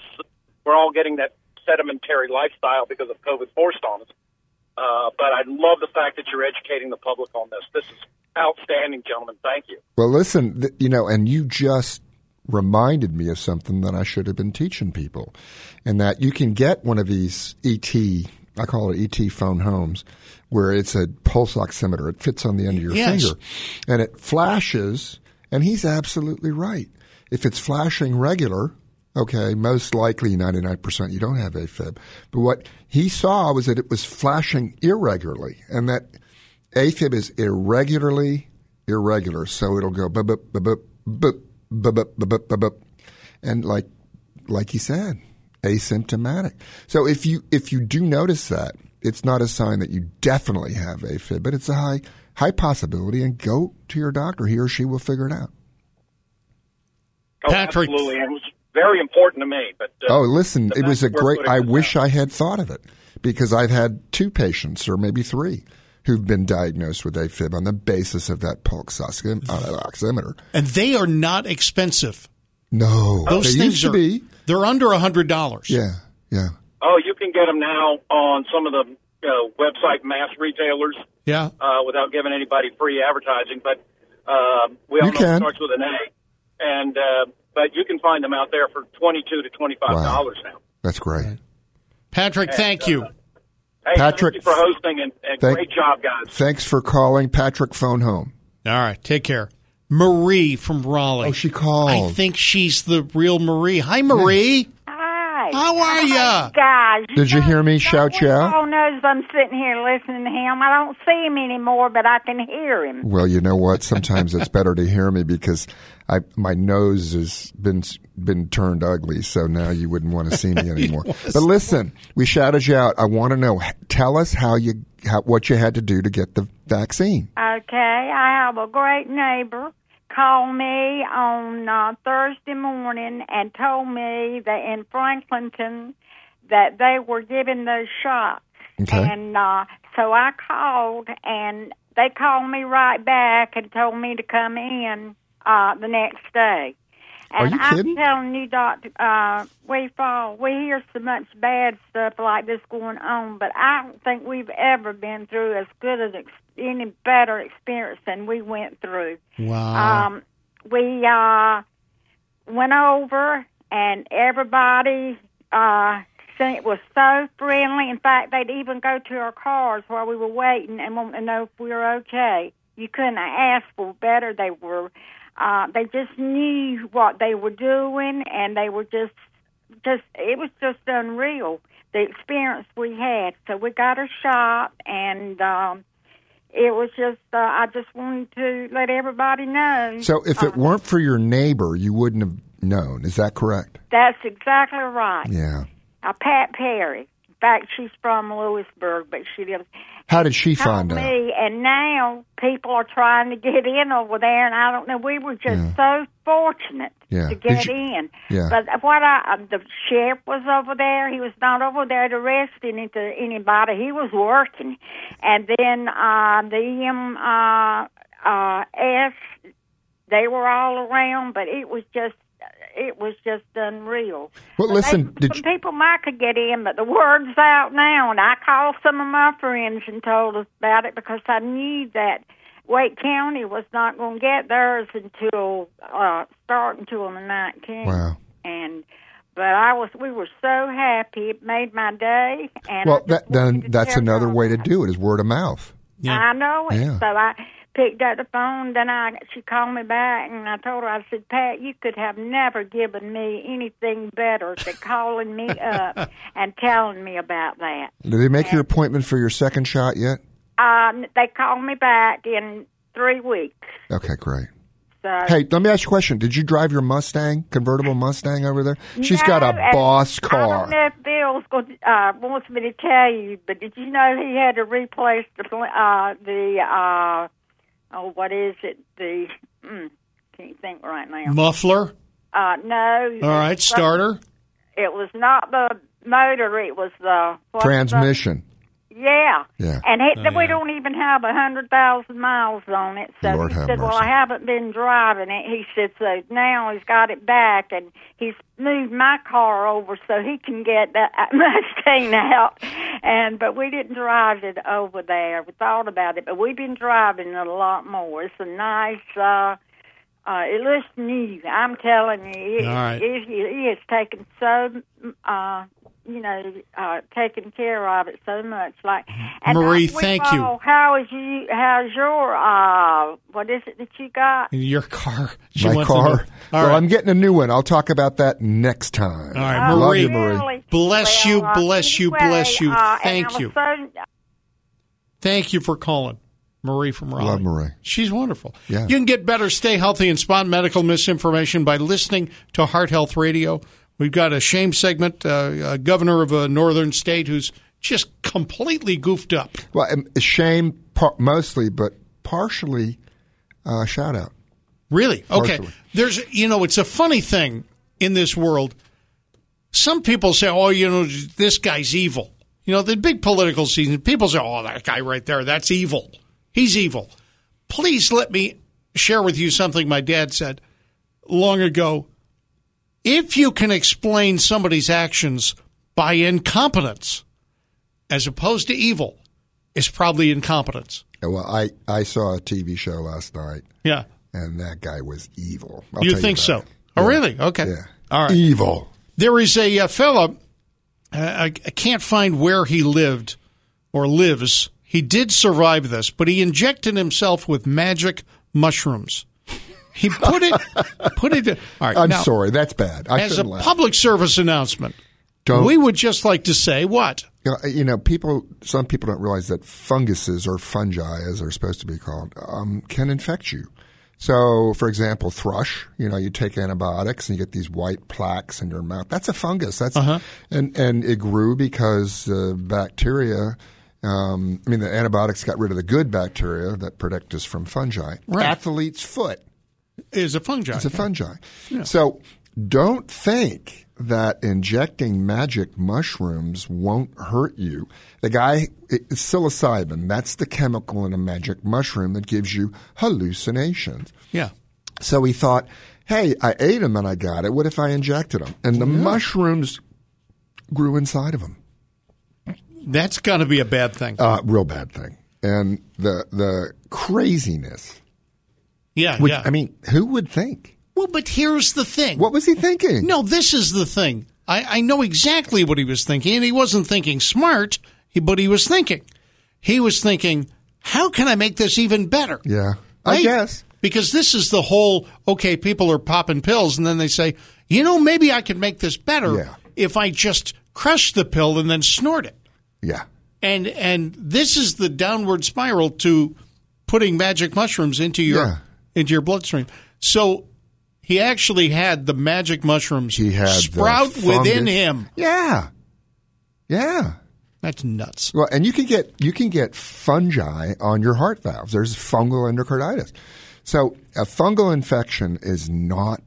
we're all getting that sedimentary lifestyle because of COVID forced on us. Uh, but I love the fact that you're educating the public on this. This is outstanding, gentlemen. Thank you. Well, listen, th- you know, and you just reminded me of something that I should have been teaching people, and that you can get one of these ET, I call it ET phone homes, where it's a pulse oximeter. It fits on the end of your Yes. finger, and it flashes. And he's absolutely right. If it's flashing regular, okay, most likely ninety nine percent you don't have AFib. But what he saw was that it was flashing irregularly, and that AFib is irregularly irregular, so it'll go bup bup bup bup bup bup bup bup bup bup, and like like he said, asymptomatic. So if you if you do notice that, it's not a sign that you definitely have AFib, but it's a high high possibility, and go to your doctor. He or she will figure it out. Oh, Patrick. absolutely, and it was very important to me. But uh, Oh, listen, the it was a fact we're great. I putting this wish out. I had thought of it because I've had two patients or maybe three who've been diagnosed with AFib on the basis of that pulse oxim- uh, oximeter. And they are not expensive. No, Those they used things to are be. they're under hundred dollars. Yeah, yeah. Oh, you can get them now on some of the uh, website mass retailers Yeah. uh, without giving anybody free advertising. But um we all You know can. it starts with an A, and uh, but you can find them out there for twenty two to twenty five dollars now. That's great. Patrick, thank you. Hey, Patrick, thank you for hosting and, and thank- great job, guys. Thanks for calling Patrick Phone Home. All right, take care. Marie from Raleigh. Oh, she called. I think she's the real Marie. Hi, Marie. Hi. How are oh ya? Guys. Did you hear me shout you out? Paul knows I'm sitting here listening to him. I don't see him anymore, but I can hear him. Well, you know what? Sometimes it's better to hear me because I my nose has been been turned ugly, so now you wouldn't want to see (laughs) me anymore. but listen, we shouted you out. I want to know. Tell us how you how, what you had to do to get the vaccine. Okay, I have a great neighbor called me on uh, Thursday morning and told me that in Franklinton that they were giving those shots. Okay. And uh, so I called and they called me right back and told me to come in uh, the next day. Are And you kidding? I'm telling you, Doctor, uh, we fall. We hear so much bad stuff like this going on, but I don't think we've ever been through as good as ex- any better experience than we went through. Uh-huh. Wow. Um, we uh, went over, and everybody uh, seen- was so friendly. In fact, they'd even go to our cars while we were waiting and want to know if we were okay. You couldn't ask for better. They were. Uh, they just knew what they were doing, and they were just, just. It was just unreal the experience we had. So we got a shot, and um, it was just. Uh, I just wanted to let everybody know. Uh, So if Um, it weren't for your neighbor, you wouldn't have known. Is that correct? That's exactly right. Yeah. Uh, Pat Perry. In fact, she's from Lewisburg, but she lives. How did she find told out? me, and now people are trying to get in over there, and I don't know. We were just so fortunate Yeah. to Did get you- in. Yeah. But what I, um, the sheriff was over there. He was not over there to arrest any, to anybody. He was working, and then uh, the um, uh, uh, S. They were all around, but it was just. It was just unreal. Well, But listen, they, did some you- people might could get in, but the word's out now. And I called some of my friends and told us about it because I knew that Wake County was not going to get theirs until uh, start until the nineteenth. Wow. And but I was we were so happy it made my day. And I Well, just that, wanted then to that's tell another y'all way to that. do it is word of mouth. I know it. Yeah. So I picked up the phone. Then I she called me back, and I told her I said, Pat, you could have never given me anything better than (laughs) calling me up and telling me about that. Did they make your appointment for your second shot yet? Um, they called me back in three weeks. Okay, great. So Hey, let me ask you a question. Did you drive your Mustang, (laughs) convertible Mustang over there? She's No, got a and boss I don't car. know if Bill's going to, uh, wants me to tell you, but did you know he had to replace the fl- uh, the uh, oh what is it the mm, can't think right now. Muffler. Uh, no. All right, starter. It was not the motor. It was the what's the- Transmission. Yeah. Yeah. And it, Oh, we don't even have a hundred thousand miles on it. So Lord he have said, "Well, mercy. I haven't been driving it." He said, "So now he's got it back, and he's moved my car over so he can get that (laughs) Mustang out." And but we didn't drive it over there. We thought about it, but we've been driving it a lot more. It's a nice. uh uh, it looks new. I'm telling you, it, All right. it, it is taken so, uh, you know, uh, taken care of it so much. Like and Marie, I- we thank you. follow- How is you? How's your? Uh, what is it that you got? Your car. She My wants to car. know. All well, right. I'm getting a new one. I'll talk about that next time. All right, Love Marie. you, Marie. Oh, Really? Bless you, Well, uh, bless you, anyway, bless you. uh, and Thank I was you. so- Thank you for calling. Marie from Raleigh. Love Marie. She's wonderful. Yeah. You can get better, stay healthy, and spot medical misinformation by listening to Heart Health Radio. We've got a shame segment, uh, a governor of a northern state who's just completely goofed up. Well, um, shame par- mostly, but partially. Uh, shout out. Really? Okay. Partially. There's, you know, it's a funny thing in this world. Some people say, oh, you know, this guy's evil. You know, the big political season, people say, oh, that guy right there, that's evil. He's evil. Please let me share with you something my dad said long ago. If you can explain somebody's actions by incompetence as opposed to evil, it's probably incompetence. Yeah, Well, I, I saw a TV show last night, Yeah. and that guy was evil. I'll you tell think about so? it. Oh, really? Okay. Yeah. All right. Evil. There is a, uh fellow, uh, I, I can't find where he lived or lives. He did survive this, but he injected himself with magic mushrooms. He (laughs) put it, put it, all right, I'm now, sorry. That's bad. I As a shouldn't laugh. public service announcement, Don't- we would just like to say what? You know, you know, people. Some people don't realize that funguses or fungi, as they're supposed to be called, um, can infect you. So, for example, thrush. You know, you take antibiotics and you get these white plaques in your mouth. That's a fungus. That's Uh-huh. and and it grew because uh, bacteria. Um, I mean, the antibiotics got rid of the good bacteria that protect us from fungi. Right. Athlete's foot Is a fungi. it's a fungi. So don't think that injecting magic mushrooms won't hurt you. The guy, it's psilocybin. That's the chemical in a magic mushroom that gives you hallucinations. yeah. So he thought, hey, I ate them and I got it. What if I injected them? And the mushrooms grew inside of him. That's got to be a bad thing. Uh, real bad thing. And the the craziness. yeah. Which, yeah. I mean, who would think? well, but here's the thing. What was he thinking? No, this is the thing. I, I know exactly what he was thinking, and he wasn't thinking smart, he- but he was thinking. He was thinking, how can I make this even better? Yeah, I Right? guess. Because this is the whole okay, people are popping pills, and then they say, you know, maybe I could make this better Yeah. if I just crush the pill and then snort it. Yeah. And and this is the downward spiral to putting magic mushrooms into your Yeah. into your bloodstream. So he actually had the magic mushrooms he had the sprout within fungus. him. Yeah, yeah. That's nuts. Well, and you can get you can get fungi on your heart valves. There's fungal endocarditis. So a fungal infection is not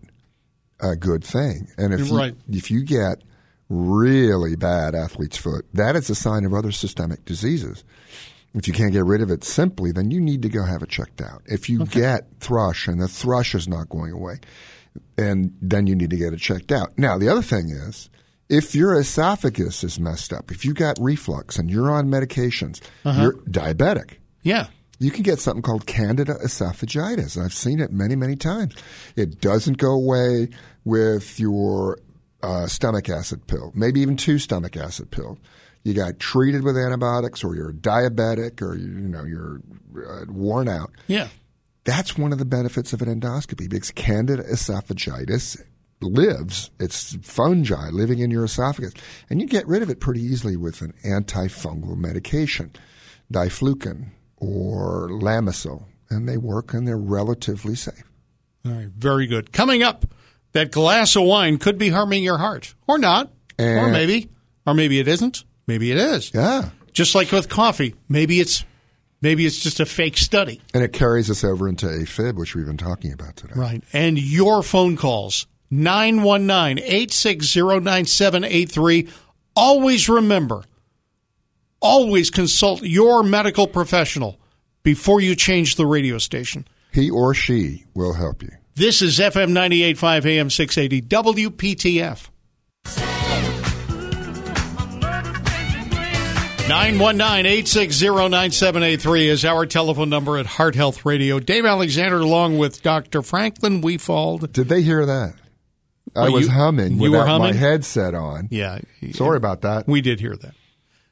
a good thing. And if You're you, right. if you get really bad athlete's foot, that is a sign of other systemic diseases. If you can't get rid of it simply, then you need to go have it checked out. If you get thrush and the thrush is not going away, and then you need to get it checked out. Now, the other thing is, if your esophagus is messed up, if you got reflux and you're on medications, you're diabetic. Yeah. You can get something called candida esophagitis. I've seen it many, many times. It doesn't go away with your uh, stomach acid pill, maybe even two stomach acid pills. You got treated with antibiotics, or you're diabetic, or you, you know you're uh, worn out. Yeah. That's one of the benefits of an endoscopy because candida esophagitis lives. It's fungi living in your esophagus. And you get rid of it pretty easily with an antifungal medication, diflucan or Lamisil. And they work and they're relatively safe. All right. Very good. Coming up, that glass of wine could be harming your heart or not. or And- maybe. Or maybe it isn't. Maybe it is. Yeah. Just like with coffee, maybe it's Maybe it's just a fake study. And it carries us over into AFib, which we've been talking about today. Right. And your phone calls, 919 860 9783. Always remember, always consult your medical professional before you change the radio station. He or she will help you. This is FM 985 AM 680 WPTF. 919-860-9783 is our telephone number at Heart Health Radio. Dave Alexander along with Dr. Franklin Weefald. Did they hear that? I Well, was you- humming you were without my humming? headset on. Yeah. Sorry about that. We did hear that.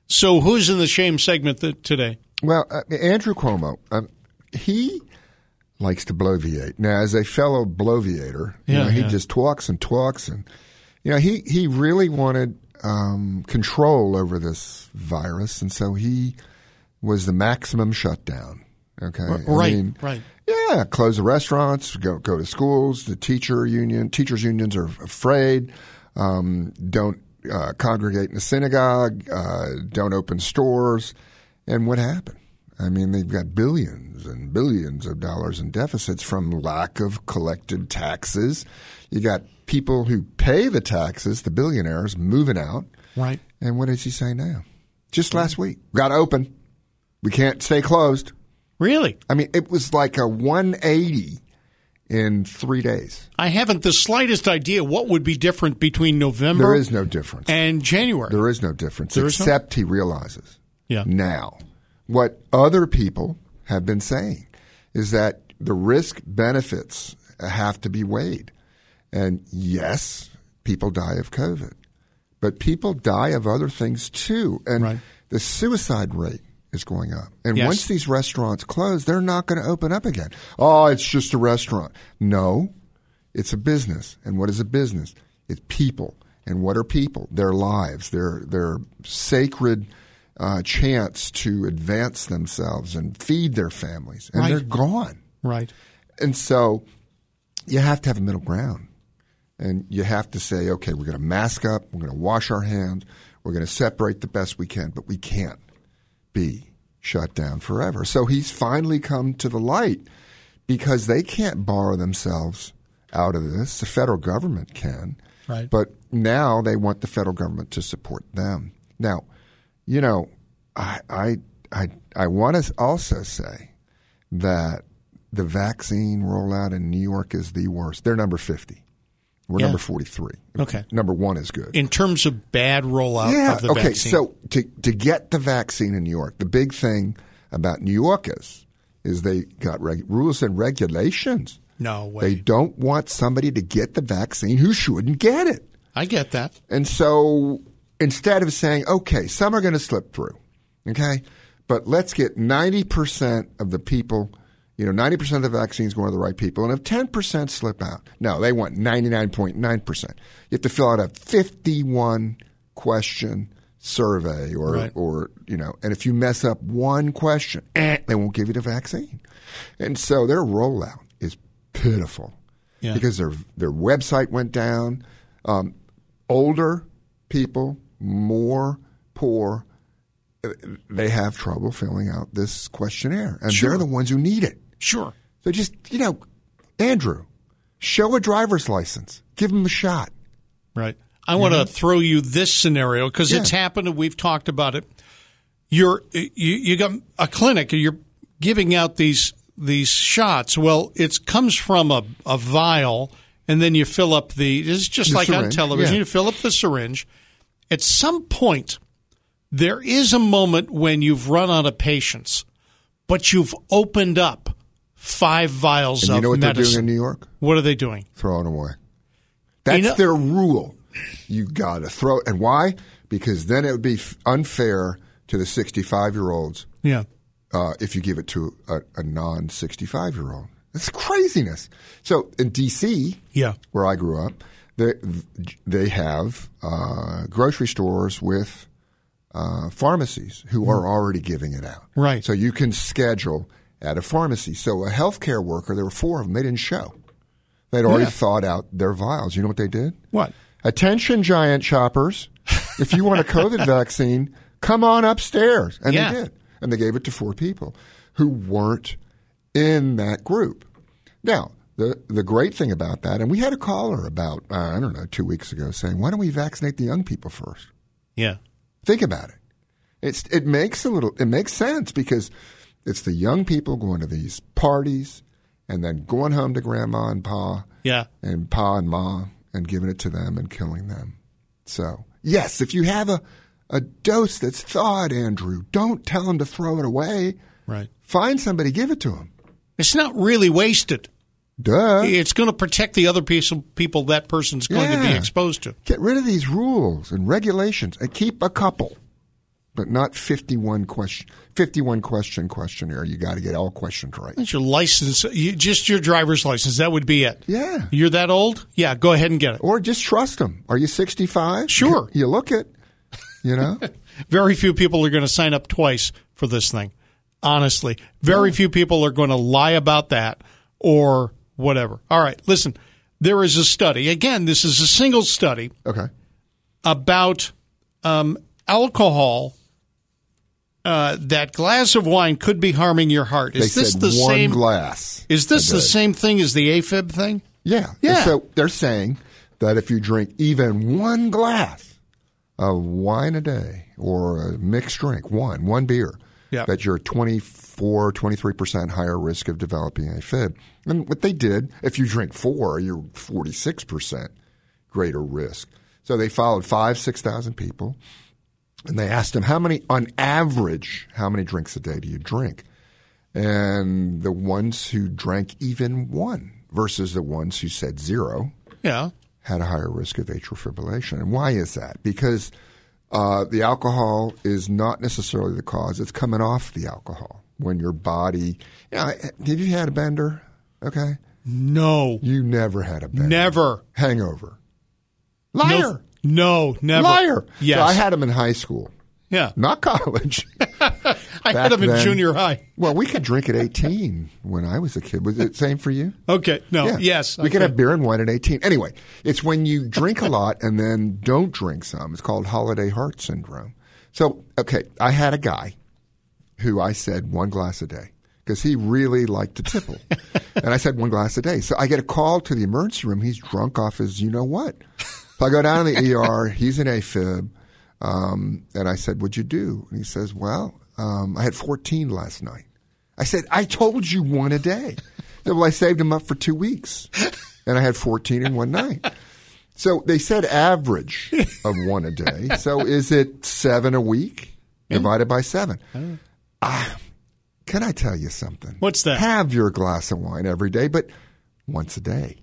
So who's in the shame segment th- today? Well, uh, Andrew Cuomo, um, he likes to bloviate. Now, as a fellow bloviator, you Yeah, know, he yeah. just talks and talks, and you know, he he really wanted um, control over this virus, and so he was the maximum shutdown. Okay, I right, mean, right. Yeah, close the restaurants, go go to schools. The teacher union, teachers unions are afraid. Um, don't uh, congregate in the synagogue. Uh, don't open stores. And what happened? I mean, they've got billions and billions of dollars in deficits from lack of collected taxes. You got people who pay the taxes, the billionaires, moving out. Right. And what does he say now? Just last week, got to open. We can't stay closed. Really? I mean, it was like a 180 in three days. I haven't the slightest idea what would be different between November There is no difference. and January. There is no difference, There is no- except he realizes yeah. now what other people have been saying is that the risk benefits have to be weighed. And yes, people die of COVID, but people die of other things too. And Right. the suicide rate is going up. And Yes. once these restaurants close, they're not going to open up again. Oh, it's just a restaurant. No, it's a business. And what is a business? It's people. And what are people? Their lives, their their sacred uh, chance to advance themselves and feed their families. And Right. they're gone. Right. And so you have to have a middle ground. And you have to say, okay, we're going to mask up, we're going to wash our hands, we're going to separate the best we can, but we can't be shut down forever. So he's finally come to the light because they can't borrow themselves out of this. The federal government can. Right. But now they want the federal government to support them. Now, you know, I I I, I want to also say that the vaccine rollout in New York is the worst. They're number 50. We're Yeah. number 43. Okay. Number 1 is good In terms of bad rollout of the okay, vaccine. so to to get the vaccine in New York, the big thing about New Yorkers is they got reg- rules and regulations. no way. They don't want somebody to get the vaccine who shouldn't get it. I get that. And so instead of saying, okay, some are going to slip through, okay, but let's get 90% of the people, you know, 90% of the vaccines going to the right people. And if 10% slip out, no, they want 99.9%. You have to fill out a 51 question survey or, Right. or you know, and if you mess up one question, (clears throat) eh, they won't give you the vaccine. And so their rollout is pitiful Yeah. because their their website went down. Um, older people, more poor, uh, they have trouble filling out this questionnaire, and Sure. they're the ones who need it. Sure. So just you know, Andrew, show a driver's license, give them a shot. Right. I want to throw you this scenario because it's Mm-hmm. Yeah. happened and we've talked about it. You're you, you got a clinic and you're giving out these these shots. Well, it comes from a, a vial and then you fill up the. It's just The like on syringe, television. yeah. You fill up the syringe. At some point, there is a moment when you've run out of patience, but you've opened up five vials And you of know what they're doing medicine. in New York? what are they doing? Throwing away. That's know- their rule. You got to throw it, and why? Because then it would be f- unfair to the sixty-five-year-olds Yeah. uh, if you give it to a, a non 65 year old. That's craziness. So in D.C., Yeah. where I grew up, they, they have uh, grocery stores with uh, pharmacies who are already giving it out. Mm-hmm. Right. So you can schedule at a pharmacy. So a healthcare worker, there were four of them, they didn't show. They'd already Yeah. thawed out their vials. You know what they did? What? Attention, giant shoppers. If (laughs) you want a COVID vaccine, come on upstairs. And Yeah. they did. And they gave it to four people. who weren't in that group. Now, the, the great thing about that, and we had a caller about, uh, I don't know, two weeks ago saying, why don't we vaccinate the young people first? Yeah. Think about it. It's, it makes a little, it makes sense because it's the young people going to these parties and then going home to grandma and pa Yeah. and pa and ma and giving it to them and killing them. So, yes, if you have a, a dose that's thawed, Andrew, don't tell them to throw it away. Right. Find somebody, give it to them. It's not really wasted. Duh. It's going to protect the other piece of people that person's going to be Yeah. exposed to. Get rid of these rules and regulations and keep a couple, but not 51 question, 51 question questionnaire. You got to get all questions right. That's your license, you, just your driver's license. That would be it. Yeah. You're that old? Yeah, go ahead and get it. Or just trust them. Are you 65? Sure. You look it, you know? Very few people are going to sign up twice for this thing. Honestly, very few people are going to lie about that or whatever. All right, listen. There is a study. Again, this is a single study okay. about um, alcohol. Uh, that glass of wine could be harming your heart. (laughs) Is they this said the one same? glass. is this a the day. same thing as the AFib thing? Yeah. Yeah. So they're saying that if you drink even one glass of wine a day or a mixed drink, one, one beer, Yeah. that you're 24, 23% higher risk of developing AFib. And what they did, if you drink four, you're 46% greater risk. So they followed five, 6,000 people and they asked them, how many, on average, how many drinks a day do you drink? and the ones who drank even one versus the ones who said zero Yeah. had a higher risk of atrial fibrillation. And why is that? Because uh, the alcohol is not necessarily the cause. It's coming off the alcohol when your body. You know, have you had a bender? Okay, No. you never had a bender. Never. hangover. Liar. No, never. Liar. Yes. So I had them in high school, yeah. not college. I back had them in then- junior high. well, we could drink at 18 when I was a kid. Was it same for you? Okay. No. Yeah. Yes. We okay. can have beer and wine at 18. Anyway, it's when you drink a lot and then don't drink some. It's called holiday heart syndrome. So, okay, I had a guy who I said one glass a day because he really liked to tipple. and I said one glass a day. So I get a call to the emergency room. He's drunk off his, you know what. So I go down to the ER. He's in AFib. Um, and I said, What'd you do? And he says, Well, um, I had 14 last night. I said, I told you one a day. He said, well, I saved him up for two weeks, and I had 14 in one night. So they said average (laughs) of one a day. So is it seven a week divided by seven? Ah, can I tell you something? What's that? Have your glass of wine every day, but once a day.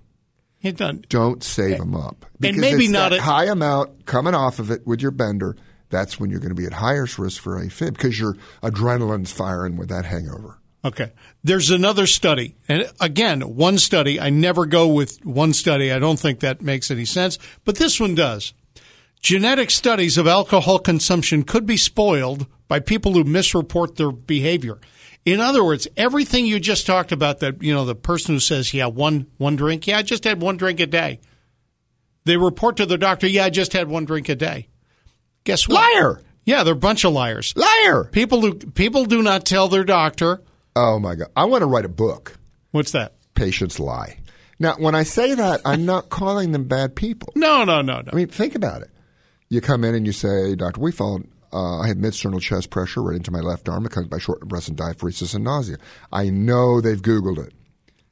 It done. Don't save them up. Because maybe it's not that a- high amount coming off of it with your bender. That's when you're going to be at highest risk for AFib because your adrenaline's firing with that hangover. Okay. There's another study. And again, one study. I never go with one study. I don't think that makes any sense. But this one does. Genetic studies of alcohol consumption could be spoiled by people who misreport their behavior. In other words, everything you just talked about that, you know, the person who says, yeah, one, one drink. Yeah, I just had one drink a day. They report to their doctor, yeah, I just had one drink a day. Guess what? Liar! Yeah, they're a bunch of liars. Liar! People who people do not tell their doctor. Oh my God. I want to write a book. What's that? Patients lie. Now, when I say that, I'm not calling them bad people. No, no, no, no. I mean, think about it. You come in and you say, Dr. Weefald, uh, I have midsternal chest pressure right into my left arm. It comes by short breath and diaphoresis and nausea. I know they've Googled it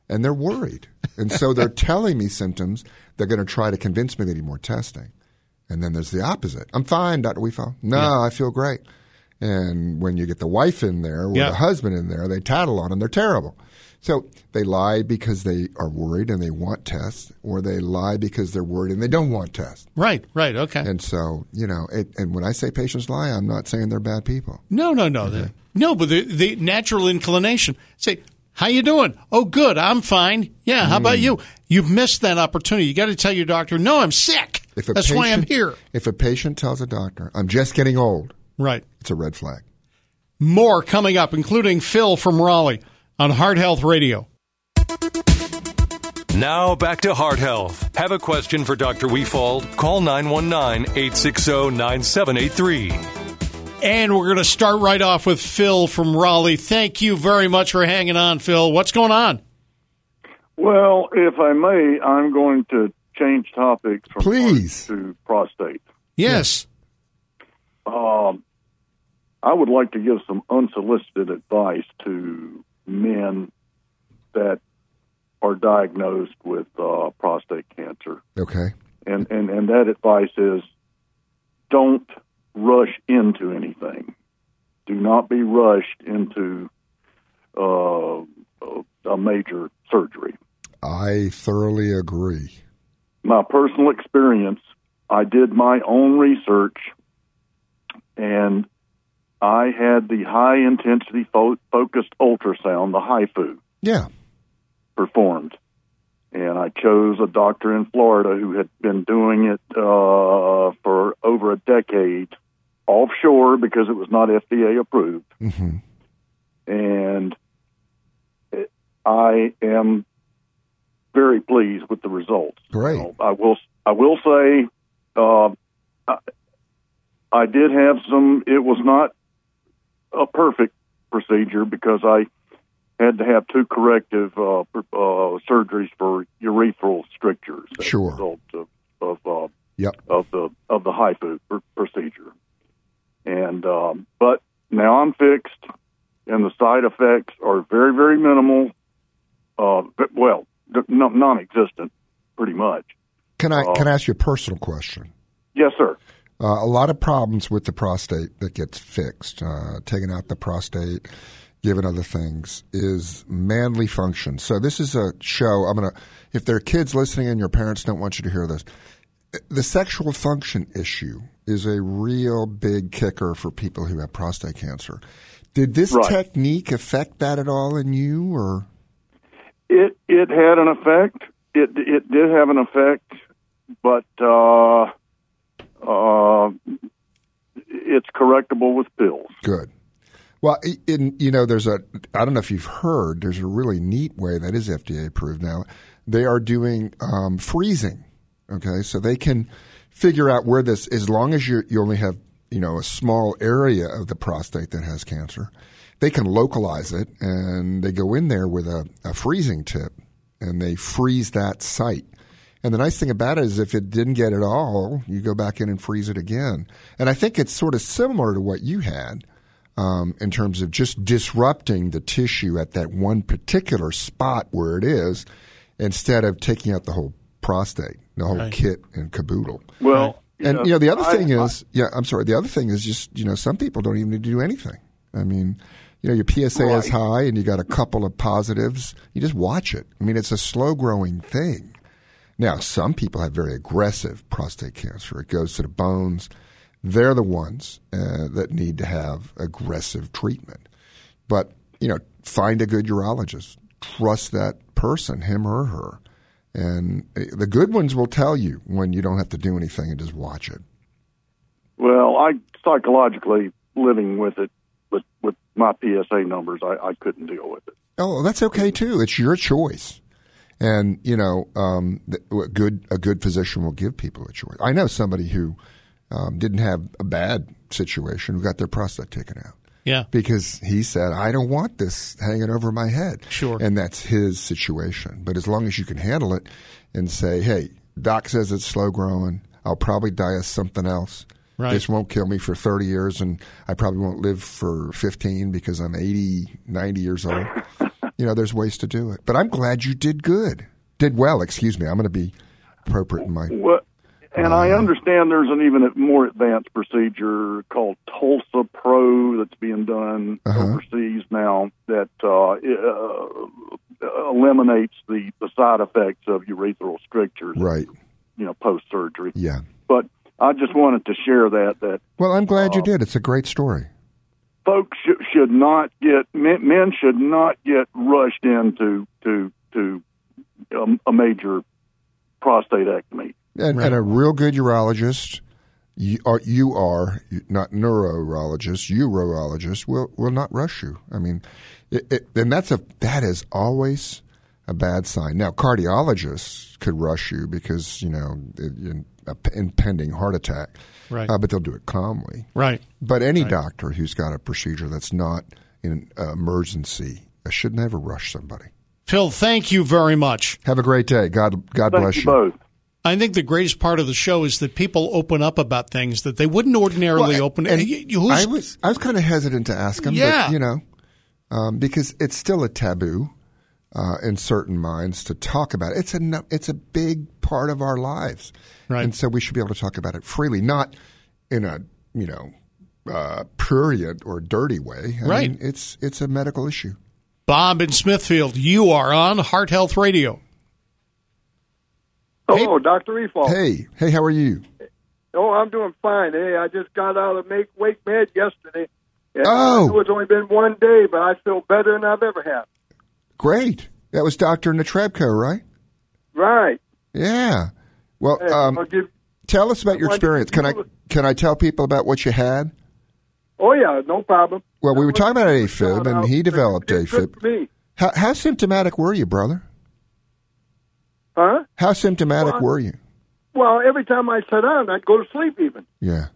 and they're worried. And so they're (laughs) telling me symptoms. They're going to try to convince me they need more testing. And then there's the opposite. I'm fine, Dr. Weefall. No, I feel great. And when you get the wife in there or Yeah. the husband in there, they tattle on them. They're terrible. So they lie because they are worried and they want tests, or they lie because they're worried and they don't want tests. Right, right, okay. And so, you know, it, and when I say patients lie, I'm not saying they're bad people. no, no, no. The- No, but the, the natural inclination. Say, how you doing? Oh, good. I'm fine. Yeah. How Hmm. about you? You've missed that opportunity. You got to tell your doctor, no, I'm sick. If a That's why I'm patient- here. If a patient tells a doctor, I'm just getting old, Right. it's a red flag. More coming up, including Phil from Raleigh on Heart Health Radio. Now back to heart health. Have a question for Dr. Weefald? Call 919 860 9783. And we're going to start right off with Phil from Raleigh. Thank you very much for hanging on, Phil. What's going on? Well, if I may, I'm going to change topics from Please. heart to prostate. Yes. Um, I would like to give some unsolicited advice to men that are diagnosed with uh, prostate cancer, Okay. and, and and that advice is don't rush into anything. Do not be rushed into uh, a- a major surgery. I thoroughly agree. my personal experience, I did my own research and I had the high intensity fo- focused ultrasound, the HIFU, Yeah. performed. And I chose a doctor in Florida who had been doing it uh, for over a decade offshore because it was not FDA approved hmm and it- I am very pleased with the results. Great. oh, You know, uh, I will. I will say, uh, I, I did have some. It was not a perfect procedure because I had to have two corrective uh, pr- uh, surgeries for urethral strictures. as a Sure. result of, of uh, Yep. of the of the HIFU pr- procedure. And um, but now I'm fixed, and the side effects are very very minimal. Uh, but, well, th- no, non-existent, pretty much. Can I can I ask you a personal question? Yes, sir. Uh, a lot of problems with the prostate that gets fixed, uh, taking out the prostate, given other things, is manly function. So this is a show. I'm gonna. If there are kids listening and your parents don't want you to hear this, the sexual function issue is a real big kicker for people who have prostate cancer. Did this Right. technique affect that at all in you, or It it had an effect. It it did have an effect, but uh, uh, it's correctable with pills. Good. Well, i- in, you know, there's a, I don't know if you've heard, there's a really neat way that is FDA approved now. They are doing um, freezing. Okay. So they can figure out where this, as long as you, you only have, you know, a small area of the prostate that has cancer, they can localize it and they go in there with a, a freezing tip and they freeze that site. And the nice thing about it is, if it didn't get it all, you go back in and freeze it again. And I think it's sort of similar to what you had um, in terms of just disrupting the tissue at that one particular spot where it is, instead of taking out the whole prostate, the whole kit and caboodle. Well, And you know, the other I- thing is, yeah, I'm sorry. The other thing is just you know, some people don't even need to do anything. I mean, you know, your PSA is Right. high, and you got a couple of positives. You just watch it. I mean, it's a slow growing thing. Now, some people have very aggressive prostate cancer. It goes to the bones. They're the ones uh, that need to have aggressive treatment. But you know, find a good urologist. Trust that person, him or her. And uh, the good ones will tell you when you don't have to do anything and just watch it. Well, I psychologically living with it, with with my PSA numbers, I, I couldn't deal with it. Oh, that's okay too. It's your choice. And you know, um, th- a good a good physician will give people a choice. I know somebody who um, didn't have a bad situation who got their prostate taken out. Yeah. because he said, I don't want this hanging over my head. Sure. And that's his situation. But as long as you can handle it and say, hey, doc says it's slow growing. I'll probably die of something else. Right. This won't kill me for 30 years, and I probably won't live for 15 because I'm 80, 90 years (laughs) old. you know, there's ways to do it. But I'm glad you did good. Did well, excuse me. I'm going to be appropriate in my. What? And I understand there's an even more advanced procedure called Tulsa Pro that's being done overseas now that uh, uh, eliminates the, the side effects of urethral strictures, Right. you know, post surgery. Yeah. But I just wanted to share that that Well, I'm glad you did. It's a great story. folks sh- should not get men, men should not get rushed into to to um, a major prostateectomy. and, and a real good urologist, you are, you are not neurologist, urologist will will not rush you. I mean, it, it, and that's a that is always a bad sign. Now, cardiologists could rush you because you know an impending heart attack, Right. Uh, but they'll do it calmly. Right. But any doctor who's got a procedure that's not an uh, emergency should never rush somebody. Phil, thank you very much. Have a great day. God, God Thank bless you both. I think the greatest part of the show is that people open up about things that they wouldn't ordinarily Well, open. and Y- y- who's- I was I was kind of hesitant to ask him, Yeah. but you know, um, because it's still a taboo uh, in certain minds to talk about. It. It's a no- it's a big part of our lives, Right. And so we should be able to talk about it freely, not in a you know uh, prurient or dirty way. I Right. mean, it's it's a medical issue. Bob in Smithfield, you are on Heart Health Radio. Hello, Dr. Refall. Hey, hey, how are you? Oh, I'm doing fine. Hey, I just got out of make, Wake Med yesterday. And Oh. I know it's only been one day, but I feel better than I've ever had. Great. That was Doctor Natrebko, right? Right. Yeah. Well, Hey, um, I'll give- tell us about your Well, I- experience. Can I can I tell people about what you had? oh, yeah, no problem. Well, we I were talking about went- AFib, and he It's developed good AFib. for me. How, how symptomatic were you, brother? Huh? How symptomatic Well, were you? Well, every time I sat down, I'd go to sleep even. Yeah.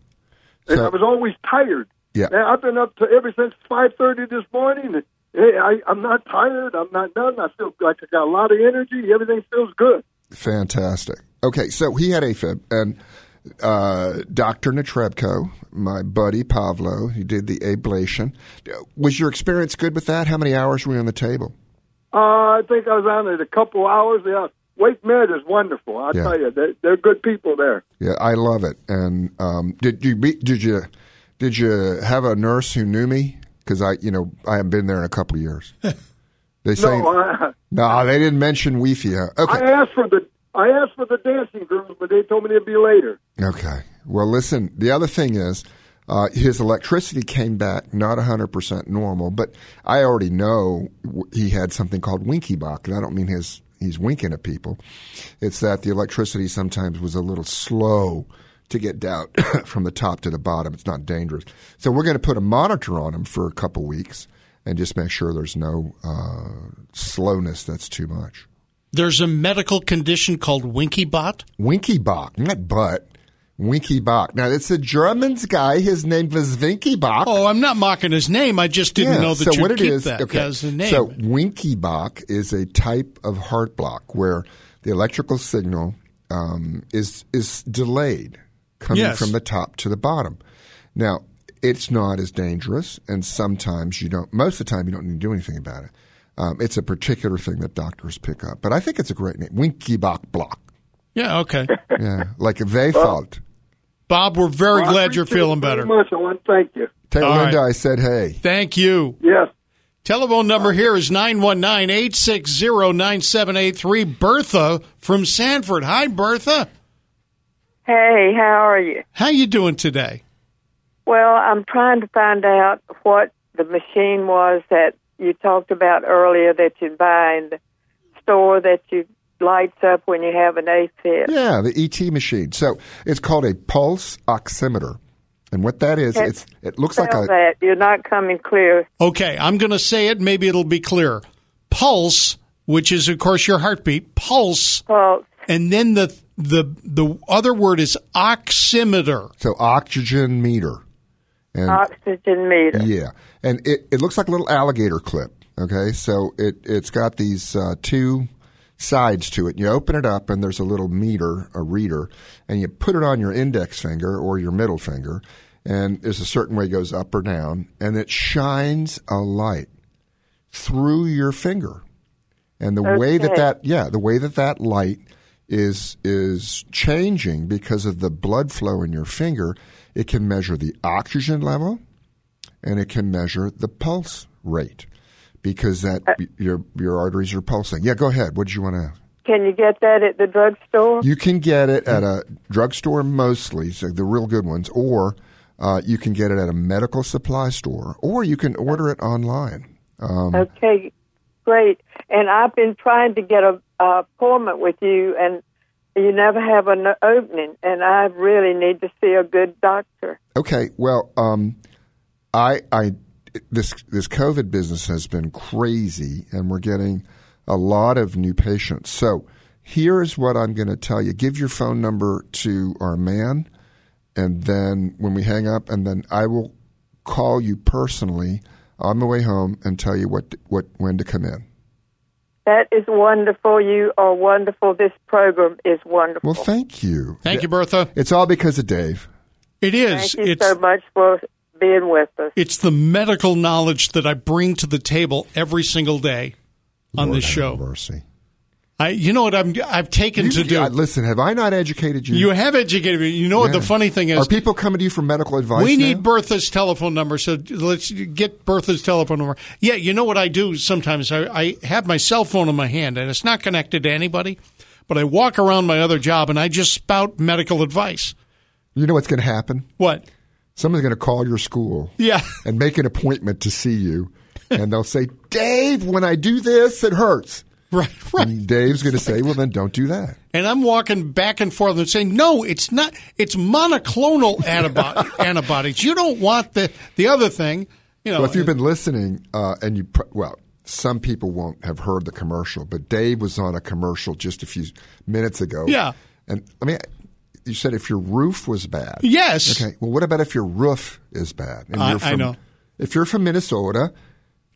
And So- I was always tired. Yeah. Man, I've been up to ever since 5.30 this morning. and, Hey, I, I'm not tired. I'm not done. I feel like I got a lot of energy. Everything feels good. Fantastic. Okay, so he had AFib, and uh, Dr. Natrebko, my buddy Pablo, he did the ablation. Was your experience good with that? How many hours were you on the table? Uh, I think I was on it a couple hours. Yeah, Wake Med is wonderful. I will Yeah. tell you, they're, they're good people there. Yeah, I love it. And um, did you be, did you did you have a nurse who knew me? Because I, you know, I haven't been there in a couple (laughs) of years. They say No, I, no, they didn't mention Wi-Fi. Okay, I asked for the I asked for the dancing girls, but they told me it'd be later. Okay. Well, listen, the other thing is uh, his electricity came back not 100% normal, but I already know w- he had something called Winky Bach, and I don't mean his he's winking at people. It's that the electricity sometimes was a little slow to get down (coughs) from the top to the bottom. It's not dangerous. So we're going to put a monitor on him for a couple weeks and just make sure there's no uh, slowness that's too much. There's a medical condition called Winky Bot. Winky Bach, not butt. Winky Bach. Now it's a German's guy. His name was Winky Bach. Oh, I'm not mocking his name. I just didn't know that so you what it keep is- that okay. as a name. So Winky Bach is a type of heart block where the electrical signal um, is is delayed coming Yes. from the top to the bottom. Now it's not as dangerous, and sometimes you don't. Most of the time, you don't need to do anything about it. Um, it's a particular thing that doctors pick up, but I think it's a great name, Winky Bach block. yeah, okay. Yeah, like Wehfeld. Bob, we're very glad you're feeling better. Much, I want to thank you. Tell All Linda right. I said, hey. Thank you. Yes, Telephone number here is 919 860 9783. Bertha from Sanford. Hi, Bertha. Hey, how are you? How you doing today? Well, I'm trying to find out what the machine was that you talked about earlier that you buy in the store that you lights up when you have an AFib. Yeah, the ET machine. So it's called a pulse oximeter. And what that is, Okay. it's it looks Spell like a that. You're not coming clear. Okay, I'm going to say it. Maybe it'll be clearer. Pulse, which is, of course, your heartbeat, pulse, Well, and then the the the other word is oximeter. so oxygen meter. And oxygen meter. yeah, and it, it looks like a little alligator clip. Okay, so it it's got these uh, two sides to it. You open it up, and there's a little meter, a reader, and you put it on your index finger or your middle finger, and there's a certain way it goes up or down, and it shines a light through your finger. and the way that Okay. that yeah the way that that light is is changing because of the blood flow in your finger it can measure the oxygen level and it can measure the pulse rate because that your your arteries are pulsing yeah go ahead what did you want to Can you get that at the drugstore? you can get it at a drugstore mostly, so the real good ones, or uh, you can get it at a medical supply store, or you can order it online. Um, Okay, great. And I've been trying to get a, a appointment with you, and you never have an opening. And I really need to see a good doctor. Okay. Well, um, I, I, this this COVID business has been crazy, and we're getting a lot of new patients. So here is what I'm going to tell you. Give your phone number to our man, and then when we hang up, and then I will call you personally on the way home and tell you what what when to come in. That is wonderful. You are wonderful. This program is wonderful. Well, thank you. Thank you, Bertha. It's all because of Dave. It is. Thank you It's- so much for being with us. It's the medical knowledge that I bring to the table every single day on Lord this have show. mercy. I, you know what I'm, I've taken to do. I- listen, have I not educated you? you have educated me. You know what the Yeah. funny thing Are is? people coming to you for medical advice? we now? need Bertha's telephone number, so let's get Bertha's telephone number. Yeah, you know what I do sometimes? I, I have my cell phone in my hand, and it's not connected to anybody, but I walk around my other job and I just spout medical advice. You know what's going to happen? What? Someone's going to call your school Yeah. and make an appointment to see you, and they'll say, "Dave, when I do this, it hurts." Right, right. Dave's going to say, "Well, then don't do that." And I'm walking back and forth and saying, no, it's not. It's monoclonal antibo- antibodies. You don't want the the other thing. You know, well, if you've been listening, uh, and you pr- well, some people won't have heard the commercial, but Dave was on a commercial just a few minutes ago. Yeah. and I mean, you said if your roof was bad, Yes. Okay, well, what about if your roof is bad? I- you're I know. If you're from Minnesota,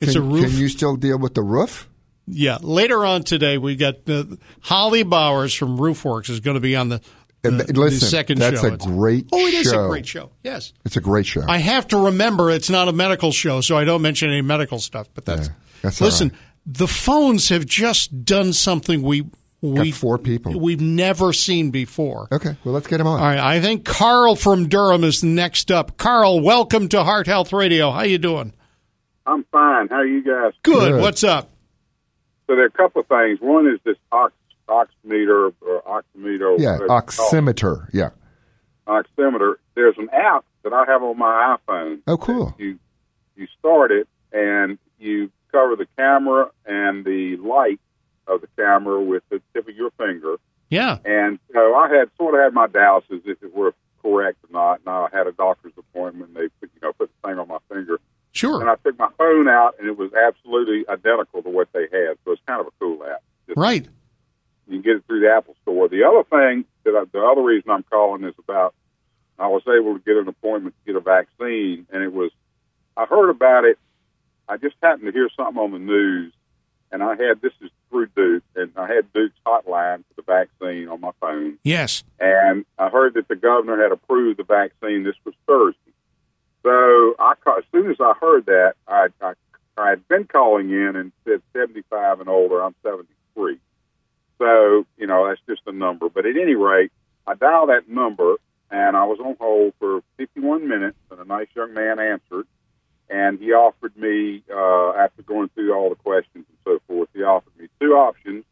It's can, a roof. Can you still deal with the roof? yeah. Later on today, we got uh, Holly Bowers from Roofworks is going to be on the, the, And th- listen, the second that's show. a great. oh, it is show. a great show. Yes. It's a great show. I have to remember it's not a medical show, so I don't mention any medical stuff. But that's, that's all listen. right. The phones have just done something we we four people. we've never seen before. Okay, well, let's get him on. All right, I think Carl from Durham is next up. Carl, welcome to Heart Health Radio. How you doing? I'm fine. How are you guys? Good. What's up? So there are a couple of things. One is this ox, oximeter or oximeter. Yeah, whatever it's called. oximeter. Yeah. Oximeter. There's an app that I have on my iPhone. Oh, cool. You you start it and you cover the camera and the light of the camera with the tip of your finger. Yeah. And so I had sort of had my doubts as if it were correct or not. And I had a doctor's appointment. They put, you know put the thing on my finger. Sure. And I took my phone out and it was absolutely identical to what they had. So it's kind of a cool app. Right. You can get it through the Apple Store. The other thing that I, the other reason I'm calling is about I was able to get an appointment to get a vaccine, and it was I heard about it. I just happened to hear something on the news, and I had this is through Duke, and I had Duke's hotline for the vaccine on my phone, Yes. and I heard that the governor had approved the vaccine. This was Thursday, so I ca- as soon as I heard that, I, I I had been calling in and said 75 and older. I'm 73. So, you know, that's just a number. But at any rate, I dialed that number and I was on hold for 51 minutes and a nice young man answered. And he offered me, uh, after going through all the questions and so forth, he offered me two options.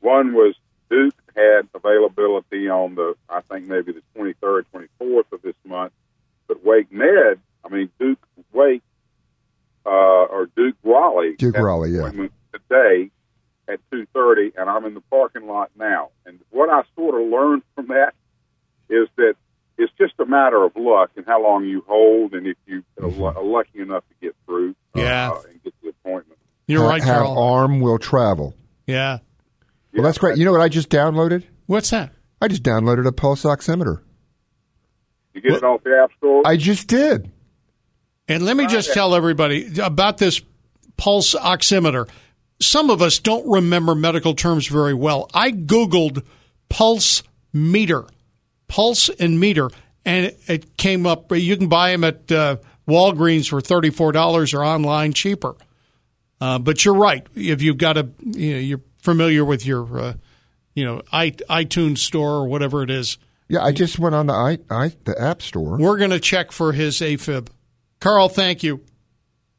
One was Duke had availability on the, I think maybe the 23rd, 24th of this month. But Wake Med, I mean, Duke Wake, uh, or Duke Raleigh. Duke had Raleigh, Oh, yeah. appointment today at 2:30, and I'm in the parking lot now. And what I sort of learned from that is that it's just a matter of luck and how long you hold, and if you are lu- Mm-hmm. are lucky enough to get through uh, Yeah. and get the appointment. You're how, right, how Carl. arm will travel. Yeah. Well, that's great. You know what I just downloaded? What's that? I just downloaded a pulse oximeter. You get it off the app store. I just did. And let me just tell everybody about this pulse oximeter. Some of us don't remember medical terms very well. I Googled pulse meter, pulse and meter, and it- it came up. You can buy them at uh, Walgreens for $34 or online cheaper. Uh, but you're right. If you've got a, you know, you're familiar with your, uh, you know, i iTunes store or whatever it is, Yeah, I just went on the i, I the app store. we're going to check for his AFib. Carl, thank you.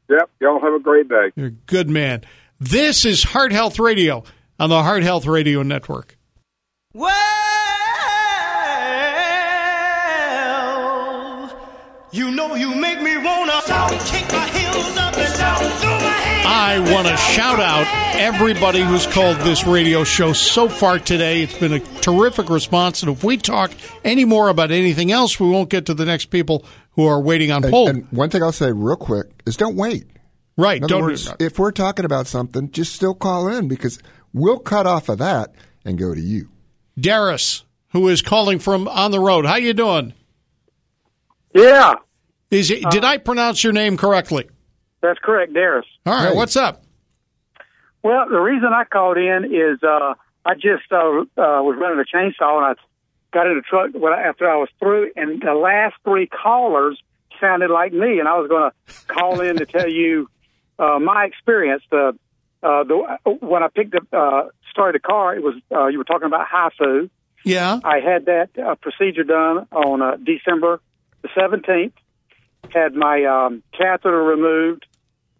Yep. Y'all have a great day. You're a good man. This is Heart Health Radio on the Heart Health Radio Network. You know you make me wanna shout, kick my heels up and down, throw my hands. I want to shout out everybody who's called this radio show so far today. It's been a terrific response. And if we talk any more about anything else, we won't get to the next people who are waiting on And, hold. and one thing I'll say real quick is don't wait. right. In other Don't words, if we're talking about something, just still call in because We'll cut off of that and go to you. Darius, who is calling from on the road. How you doing? Yeah. Is it, did I pronounce your name correctly? That's correct, Darius. All right, what's up? Well, the reason I called in is uh, I just uh, uh, was running a chainsaw and I got in the truck when I, after I was through, and the last three callers sounded like me, and I was going to call in to tell you uh, my experience. The, uh, the when I picked up uh, started the car, it was uh, you were talking about HIFU. Yeah. I had that uh, procedure done on uh, December the 17th. Had my um, catheter removed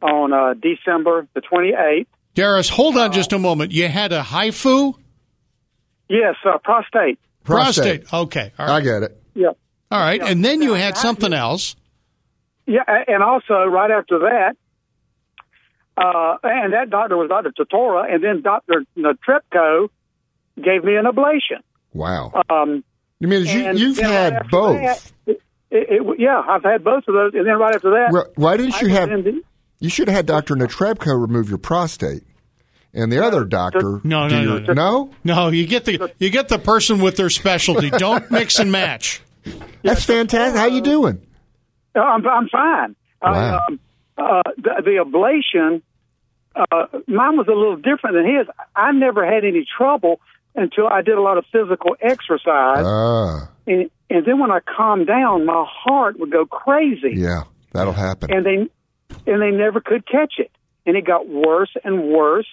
on uh, December the 28th. Darius, hold on just a moment. You had a HIFU? Yes, uh, prostate. Prostate. Okay. All right. I get it. Yeah. All right. And then you had something else. Yeah, a- and also right after that, uh, and that doctor was Dr. Totora, and then Dr. Natrepko gave me an ablation. Wow. Um, You mean, you- and you've then right had after both. that, it, it, yeah, I've had both of those, and then right after that, Well, why didn't I you was have? in the- You should have had Doctor Netrebko remove your prostate, and the other doctor. No, do no, no, your- no. No, you get the you get the person with their (laughs) specialty. Don't mix and match. That's fantastic. How you doing? Uh, I'm, I'm fine. Wow. I, um, uh, the, the ablation, uh, mine was a little different than his. I never had any trouble until I did a lot of physical exercise. Ah, And, and then when I calmed down, my heart would go crazy. yeah, that'll happen. And they and they never could catch it. And it got worse and worse.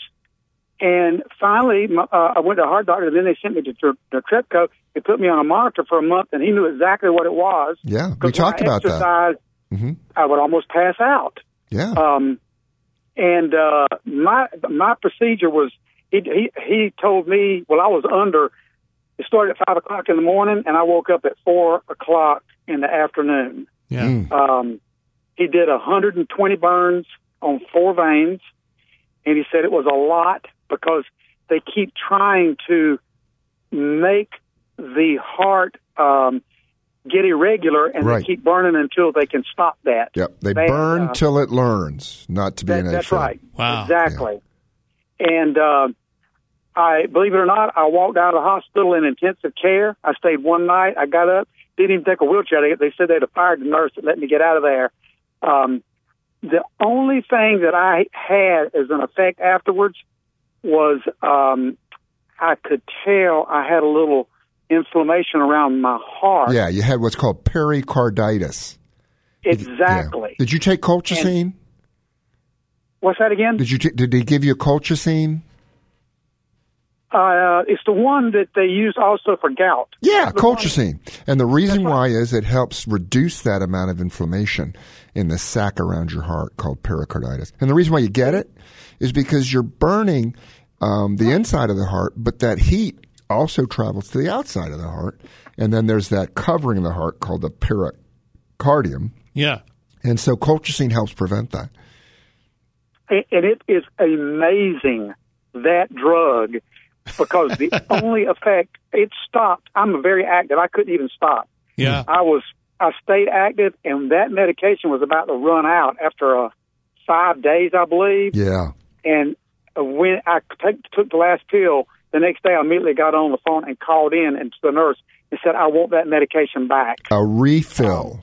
And finally, my, uh, I went to a heart doctor. Then they sent me to, Tre- to Trepco. They put me on a monitor for a month, and he knew exactly what it was. Yeah, we 'Cause when talked I about that. exercised, hmm I would almost pass out. Yeah. Um, and uh, my my procedure was he, he he told me well I was under. It started at five o'clock in the morning, and I woke up at four o'clock in the afternoon. Yeah. Mm. Um, he did 120 burns on four veins, and he said it was a lot because they keep trying to make the heart um, get irregular, and Right. they keep burning until they can stop that. Yep. They They, burn uh, till it learns not to be an That- that's AFib. right. Exactly. And uh, I believe it or not, I walked out of the hospital in intensive care. I stayed one night. I got up, didn't even take a wheelchair. They, they said they'd have fired the nurse that let me get out of there. Um, the only thing that I had as an effect afterwards was um, I could tell I had a little inflammation around my heart. Yeah, you had what's called pericarditis. Yeah. Exactly. Did you take colchicine? What's that again? Did you t- did they give you colchicine? Uh, it's the one that they use also for gout. Yeah, colchicine. And the reason why is it helps reduce that amount of inflammation in the sac around your heart called pericarditis. And the reason why you get it is because you're burning um, the inside of the heart, but that heat also travels to the outside of the heart. And then there's that covering of the heart called the pericardium. Yeah. And so colchicine helps prevent that. and and it is amazing that drug because (laughs) the only effect it stopped. I'm very active. I couldn't even stop. Yeah. I was I stayed active, and that medication was about to run out after uh, five days, I believe. Yeah. And uh, when I take, took the last pill, the next day I immediately got on the phone and called in and to the nurse and said, "I want that medication back, A refill.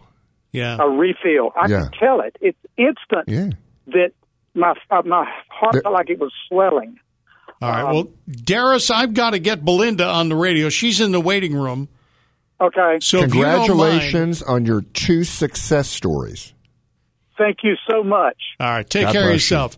Yeah. a refill." I Yeah. could tell it. It's instant Yeah. that my uh, my heart felt like it was swelling. All right. Well, Um, Darius, I've got to get Belinda on the radio. She's in the waiting room. Okay. So if you don't mind- Congratulations on your two success stories. Thank you so much. All right. Take God care of bless you. yourself.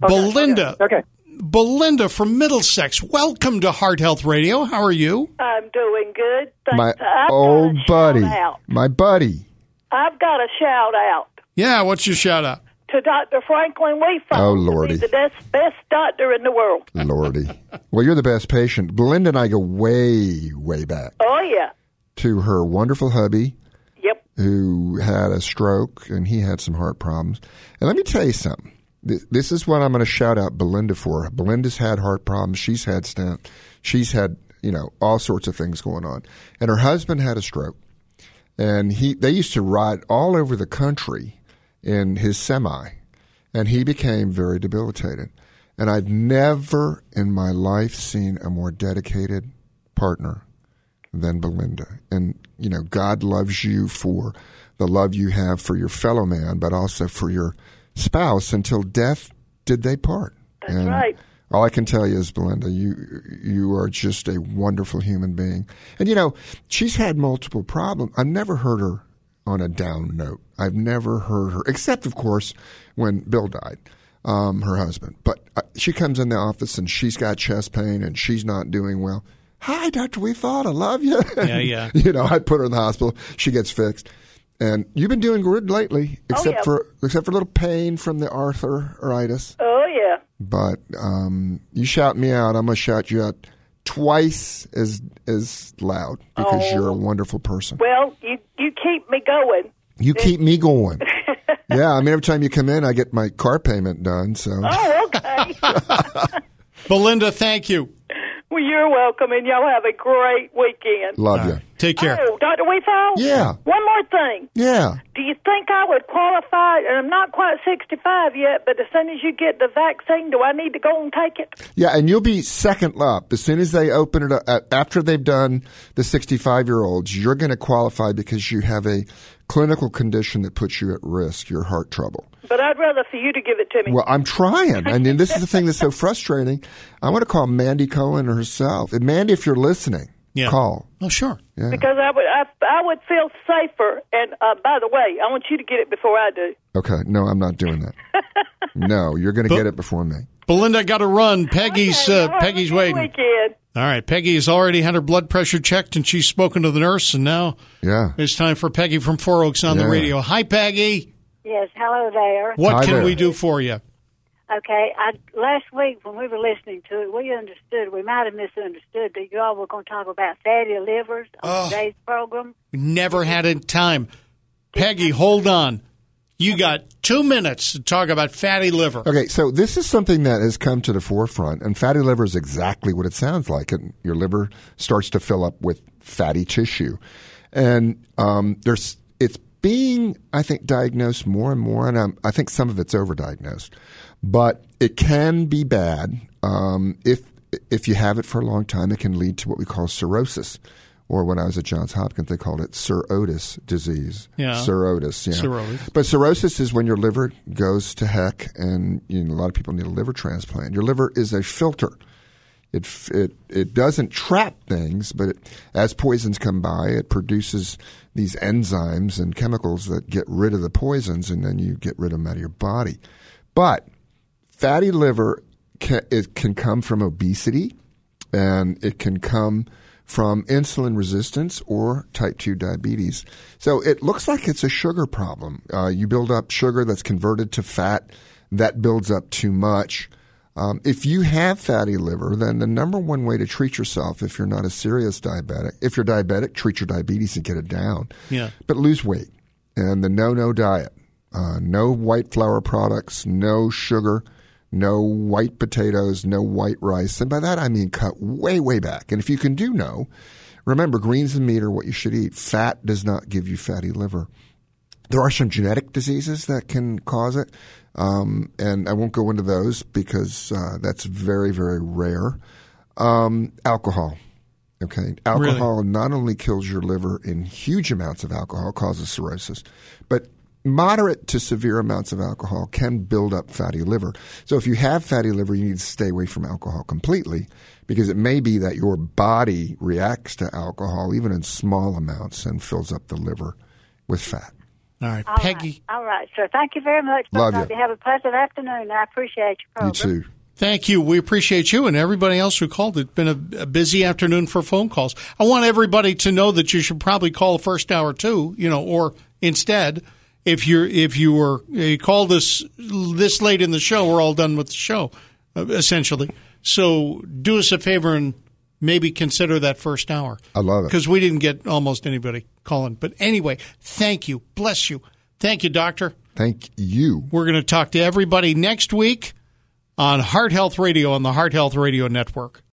Belinda. Okay. Belinda from Middlesex. Welcome to Heart Health Radio. How are you? I'm doing good. Thanks. My I've old got a buddy. Shout out. My buddy. I've got a shout out Yeah. What's your shout out? to Dr. Franklin Weefall. Oh, Lordy. He's the best, best doctor in the world. Lordy. Well, you're the best patient. Belinda and I go way, way back Oh, yeah. to her wonderful hubby. Yep. Who had a stroke and he had some heart problems. And let me tell you something. Th- This is what I'm going to shout out Belinda for. Belinda's had heart problems. She's had stent. She's had, you know, all sorts of things going on. And her husband had a stroke. And he they used to ride all over the country in his semi. And he became very debilitated. And I've never in my life seen a more dedicated partner than Belinda. And, you know, God loves you for the love you have for your fellow man, but also for your spouse until death did they part. That's right. All I can tell you is, Belinda, you you are just a wonderful human being. And you know, she's had multiple problems. I've never heard her on a down note. I've never heard her, except of course when Bill died, um, her husband. But uh, she comes in the office and she's got chest pain and she's not doing well. (laughs) Hi, Doctor Weefald, I love you. Yeah, yeah. you know, I put her in the hospital. She gets fixed. And you've been doing good lately, except Oh, yeah. for except for a little pain from the arthritis. Oh yeah. But um, you shout me out, I'm gonna shout you out twice as as loud because Oh. you're a wonderful person. Well, you you keep me (laughs) going. You keep me going. yeah, I mean every time you come in, I get my car payment done. So Oh, okay. Belinda, thank you. well, you're welcome, and y'all have a great weekend. love you. Take care. Oh, Doctor Weefall. Yeah. One more thing. Yeah. Do you think I would qualify? And I'm not quite 65 yet, but as soon as you get the vaccine, do I need to go and take it? Yeah, and you'll be second up as soon as they open it up. uh, After they've done the 65 year olds, you're going to qualify because you have a clinical condition that puts you at risk, your heart trouble. But I'd rather for you to give it to me. Well, I'm trying. I mean, this is the thing that's so frustrating. I want to call Mandy Cohen herself. And Mandy, if you're listening, call. Oh, sure. Yeah. because I would, I, I would feel safer. And uh, by the way, I want you to get it before I do. Okay. No, I'm not doing that. no, you're going to get it before me. Belinda got to run. Peggy's uh, Peggy's waiting. Weekend. All right, Peggy has already had her blood pressure checked, and she's spoken to the nurse, and now Yeah. it's time for Peggy from Four Oaks on Yeah. the radio. Hi, Peggy. Yes, hello there. What Hi can there. we do for you? Okay, I, last week when we were listening to it, we understood, we might have misunderstood that you all were going to talk about fatty livers on Oh. today's program. We Never had a time. Peggy, hold on. You got two minutes to talk about fatty liver. Okay, so this is something that has come to the forefront, and fatty liver is exactly what it sounds like. And your liver starts to fill up with fatty tissue, and um, there's it's being, I think, diagnosed more and more, and um, I think some of it's overdiagnosed, but it can be bad um, if if you have it for a long time. It can lead to what we call cirrhosis, or when I was at Johns Hopkins, they called it Sir Otis disease. Yeah. Sir Otis. Yeah. Cirrhosis. But cirrhosis is when your liver goes to heck, and you know, a lot of people need a liver transplant. Your liver is a filter. It f- it it doesn't trap things, but it, as poisons come by, it produces these enzymes and chemicals that get rid of the poisons, and then you get rid of them out of your body. But fatty liver can, it can come from obesity, and it can come from insulin resistance or type 2 diabetes. So it looks like it's a sugar problem. Uh, you build up sugar that's converted to fat, that builds up too much. Um, if you have fatty liver, then the number one way to treat yourself, if you're not a serious diabetic, if you're diabetic, treat your diabetes and get it down. Yeah. But lose weight and the no no diet. Uh, no white flour products, no sugar, no white potatoes, no white rice. And by that I mean cut way, way back. And if you can do no, remember greens and meat are what you should eat. Fat does not give you fatty liver. There are some genetic diseases that can cause it, um, and I won't go into those because uh, that's very, very rare. Um, alcohol. Okay. Alcohol not only kills your liver in huge amounts of alcohol, causes cirrhosis, but moderate to severe amounts of alcohol can build up fatty liver. So if you have fatty liver, you need to stay away from alcohol completely because it may be that your body reacts to alcohol, even in small amounts, and fills up the liver with fat. All right, All Peggy. right, all right, sir. Thank you very much. both Love of you. Have a pleasant afternoon. I appreciate your program. You too. Thank you. We appreciate you and everybody else who called. It's been a, a busy afternoon for phone calls. I want everybody to know that you should probably call first hour too, you know, or instead, if you're if you were you called us this late in the show, we're all done with the show, uh, essentially. So do us a favor and maybe consider that first hour. I love it. because we didn't get almost anybody calling. But anyway, thank you, bless you, thank you, doctor. Thank you. We're going to talk to everybody next week on Heart Health Radio on the Heart Health Radio Network.